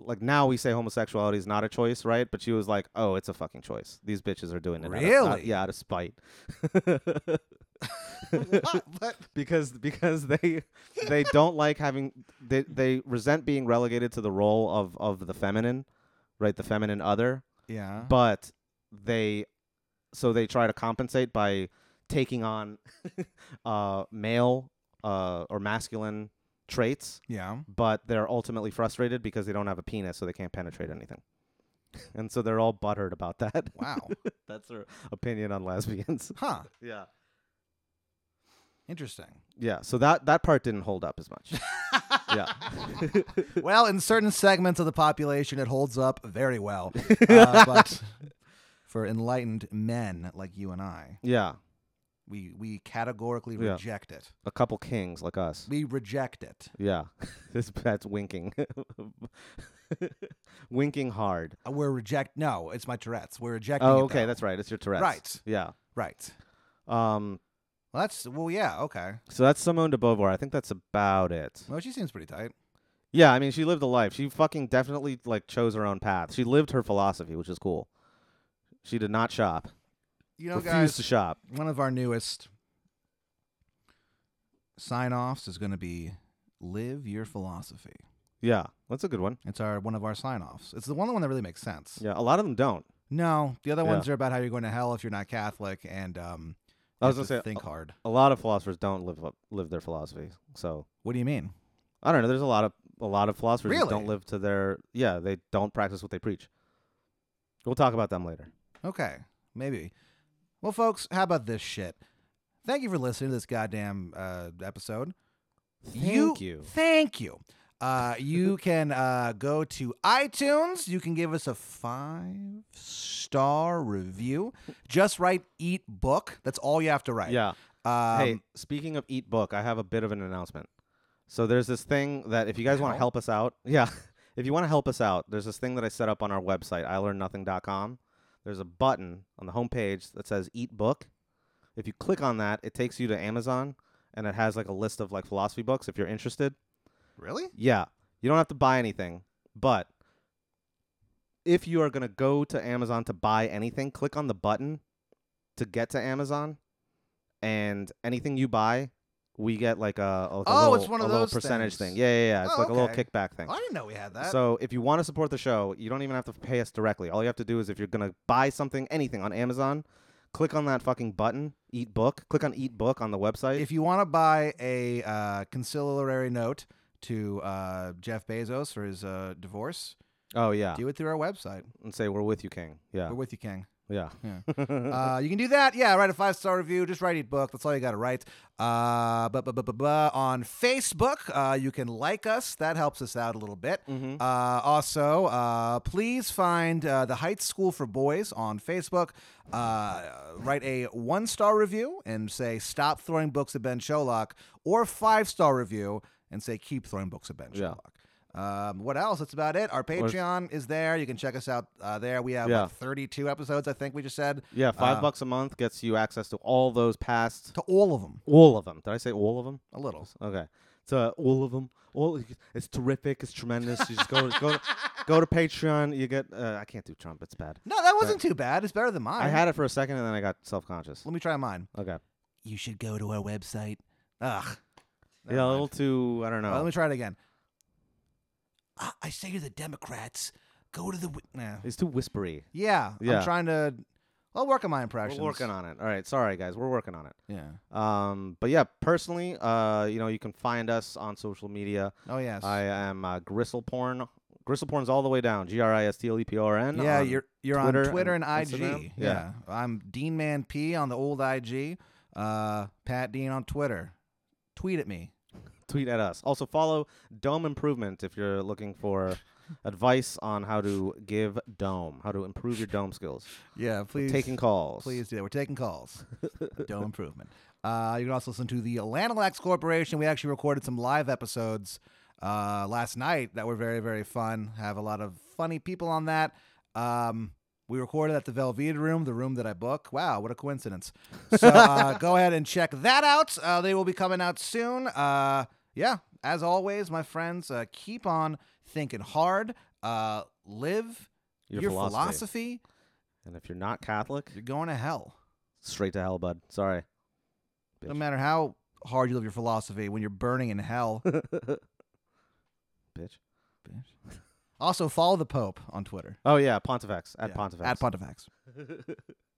[SPEAKER 2] like now we say homosexuality is not a choice, right? But she was like, oh, it's a fucking choice. These bitches are doing it, Out of, out-
[SPEAKER 3] Really?
[SPEAKER 2] yeah, out of spite.
[SPEAKER 3] what? But
[SPEAKER 2] because because they they don't like having they they resent being relegated to the role of of the feminine, right? The feminine other,
[SPEAKER 3] yeah.
[SPEAKER 2] but they so they try to compensate by taking on uh male uh or masculine traits,
[SPEAKER 3] yeah.
[SPEAKER 2] but they're ultimately frustrated because they don't have a penis so they can't penetrate anything. And so they're all butthurt about that.
[SPEAKER 3] Wow.
[SPEAKER 2] That's her opinion on lesbians.
[SPEAKER 3] Huh.
[SPEAKER 2] yeah.
[SPEAKER 3] Interesting.
[SPEAKER 2] Yeah, so that that part didn't hold up as much. yeah.
[SPEAKER 3] Well, in certain segments of the population, it holds up very well. Uh, but for enlightened men like you and I,
[SPEAKER 2] Yeah,
[SPEAKER 3] we we categorically
[SPEAKER 2] Yeah.
[SPEAKER 3] reject it.
[SPEAKER 2] a couple kings like us.
[SPEAKER 3] We reject it.
[SPEAKER 2] Yeah, this that's winking, winking hard.
[SPEAKER 3] Uh, We're reject. No, it's my Tourette's. We're rejecting.
[SPEAKER 2] Oh,
[SPEAKER 3] it,
[SPEAKER 2] okay,
[SPEAKER 3] though.
[SPEAKER 2] that's right. It's your Tourette's.
[SPEAKER 3] Right.
[SPEAKER 2] Yeah.
[SPEAKER 3] right.
[SPEAKER 2] Um.
[SPEAKER 3] Well, that's well, yeah, okay.
[SPEAKER 2] So that's Simone de Beauvoir. I think that's about it.
[SPEAKER 3] Well, she seems pretty tight.
[SPEAKER 2] Yeah. I mean, she lived a life. She fucking definitely like chose her own path. She lived her philosophy, which is cool. She did not shop.
[SPEAKER 3] You know,
[SPEAKER 2] Refused
[SPEAKER 3] guys,
[SPEAKER 2] to shop.
[SPEAKER 3] one of our newest sign offs is going to be live your philosophy.
[SPEAKER 2] Yeah, that's a good one.
[SPEAKER 3] It's our one of our sign offs. It's the one one that really makes sense.
[SPEAKER 2] Yeah, a lot of them don't.
[SPEAKER 3] No, the other
[SPEAKER 2] Yeah.
[SPEAKER 3] ones are about how you're going to hell if you're not Catholic and um.
[SPEAKER 2] I
[SPEAKER 3] you
[SPEAKER 2] was gonna
[SPEAKER 3] have
[SPEAKER 2] say uh,
[SPEAKER 3] to think
[SPEAKER 2] a-
[SPEAKER 3] hard.
[SPEAKER 2] a lot of philosophers don't live up, live their philosophy. So
[SPEAKER 3] What do you mean?
[SPEAKER 2] I don't know. There's a lot of a lot of philosophers who don't
[SPEAKER 3] Really?
[SPEAKER 2] live to their yeah. They don't practice what they preach. We'll talk about them later.
[SPEAKER 3] Okay, maybe. Well, folks, how about this shit? Thank you for listening to this goddamn uh, episode.
[SPEAKER 2] Thank you.
[SPEAKER 3] Thank you. Uh, you can uh, go to iTunes. You can give us a five star review. Just write "eat book." That's all you have to write.
[SPEAKER 2] Yeah.
[SPEAKER 3] Um,
[SPEAKER 2] hey, speaking of eat book, I have a bit of an announcement. So there's this thing that if you guys want
[SPEAKER 3] Now?
[SPEAKER 2] to help us out, yeah, if you want to help us out, there's this thing that I set up on our website, ilearnnothing.com. There's a button on the homepage that says eat book. If you click on that, it takes you to Amazon and it has like a list of like philosophy books if you're interested.
[SPEAKER 3] really?
[SPEAKER 2] Yeah. You don't have to buy anything, but if you are going to go to Amazon to buy anything, click on the button to get to Amazon and anything you buy, we get like a, a- like a
[SPEAKER 3] Oh,
[SPEAKER 2] little,
[SPEAKER 3] it's one of
[SPEAKER 2] a little
[SPEAKER 3] those
[SPEAKER 2] percentage
[SPEAKER 3] things.
[SPEAKER 2] thing. Yeah, yeah, yeah. It's
[SPEAKER 3] Oh,
[SPEAKER 2] like a little
[SPEAKER 3] okay.
[SPEAKER 2] kickback thing.
[SPEAKER 3] I didn't know we had that.
[SPEAKER 2] So if you want to support the show, you don't even have to pay us directly. All you have to do is if you're gonna buy something, anything on Amazon, click on that fucking button, eat book. Click on eat book on the website.
[SPEAKER 3] if you want to buy a uh, conciliary note to uh, Jeff Bezos for his uh, divorce,
[SPEAKER 2] oh yeah,
[SPEAKER 3] do it through our website.
[SPEAKER 2] and say we're with you, King. Yeah,
[SPEAKER 3] We're with you, King.
[SPEAKER 2] yeah.
[SPEAKER 3] uh, you can do that. Yeah, write a five star review. Just write ebook. That's all you got to write. Uh, but, but, but, but, but on Facebook, uh, you can like us. That helps us out a little bit.
[SPEAKER 2] Mhm.
[SPEAKER 3] Uh, also, uh, please find uh, the Heights School for Boys on Facebook. Uh, write a one star review and say "Stop throwing books at Ben Sholok," or five star review and say "Keep throwing books at Ben
[SPEAKER 2] Yeah.
[SPEAKER 3] Sholok." Um, what else? That's about it. Our Patreon is there. You can check us out uh, there. We have
[SPEAKER 2] Yeah.
[SPEAKER 3] like 32 episodes, I think we just said.
[SPEAKER 2] Yeah, five
[SPEAKER 3] Uh,
[SPEAKER 2] bucks a month gets you access to all those past
[SPEAKER 3] to all of them
[SPEAKER 2] all of them. Did I say all of them?
[SPEAKER 3] a little.
[SPEAKER 2] Okay, so all of them. All it's terrific. It's tremendous. You just go go go to Patreon. You get. Uh, I can't do Trump. It's bad.
[SPEAKER 3] No, that wasn't too bad. It's better than mine.
[SPEAKER 2] I had it for a second and then I got self conscious.
[SPEAKER 3] Let me try mine.
[SPEAKER 2] Okay,
[SPEAKER 3] You should go to our website. Ugh. Never
[SPEAKER 2] yeah, a
[SPEAKER 3] mind.
[SPEAKER 2] little too. I don't know.
[SPEAKER 3] Uh, let me try it again. I, I say you're the Democrats. Go to the. W- nah.
[SPEAKER 2] it's too whispery.
[SPEAKER 3] Yeah, I'm
[SPEAKER 2] Yeah.
[SPEAKER 3] trying to. I'll work on my
[SPEAKER 2] We're
[SPEAKER 3] impressions.
[SPEAKER 2] working on it. All right, sorry guys, we're working on it.
[SPEAKER 3] Yeah.
[SPEAKER 2] Um, but yeah, personally, uh, you know, you can find us on social media.
[SPEAKER 3] Oh yes.
[SPEAKER 2] I am uh, Gristle Porn. Gristle Porn's all the way down. G R I S T L E P O R N.
[SPEAKER 3] yeah,
[SPEAKER 2] on-
[SPEAKER 3] you're you're
[SPEAKER 2] Twitter
[SPEAKER 3] on Twitter
[SPEAKER 2] and
[SPEAKER 3] and, IG.
[SPEAKER 2] Instagram?
[SPEAKER 3] Yeah.
[SPEAKER 2] Yeah.
[SPEAKER 3] I'm Dean Man P on the old IG. Uh, Pat Dean on Twitter. Tweet at me.
[SPEAKER 2] tweet at us. Also follow Dome Improvement if you're looking for advice on how to give dome, how to improve your dome skills.
[SPEAKER 3] Yeah,
[SPEAKER 2] We're
[SPEAKER 3] please.
[SPEAKER 2] taking calls.
[SPEAKER 3] Please do that. We're taking calls. Dome improvement. Uh, you can also listen to the Lanalax Corporation. We actually recorded some live episodes uh, last night that were very, very fun. Have a lot of funny people on that. Um, we recorded at the Velveeta Room, the room that I book. Wow, what a coincidence. So uh, go ahead and check that out. Uh, they will be coming out soon. Uh, yeah, as always, my friends, uh, keep on thinking hard. Uh, live
[SPEAKER 2] Your, philosophy.
[SPEAKER 3] philosophy.
[SPEAKER 2] And if you're not Catholic,
[SPEAKER 3] You're going to hell.
[SPEAKER 2] straight to hell, bud. Sorry.
[SPEAKER 3] No
[SPEAKER 2] bitch.
[SPEAKER 3] matter how hard you live your philosophy, when you're burning in hell.
[SPEAKER 2] Bitch.
[SPEAKER 3] also, follow the Pope on Twitter
[SPEAKER 2] Oh yeah, Pontifex at
[SPEAKER 3] Yeah,
[SPEAKER 2] Pontifex.
[SPEAKER 3] at Pontifex.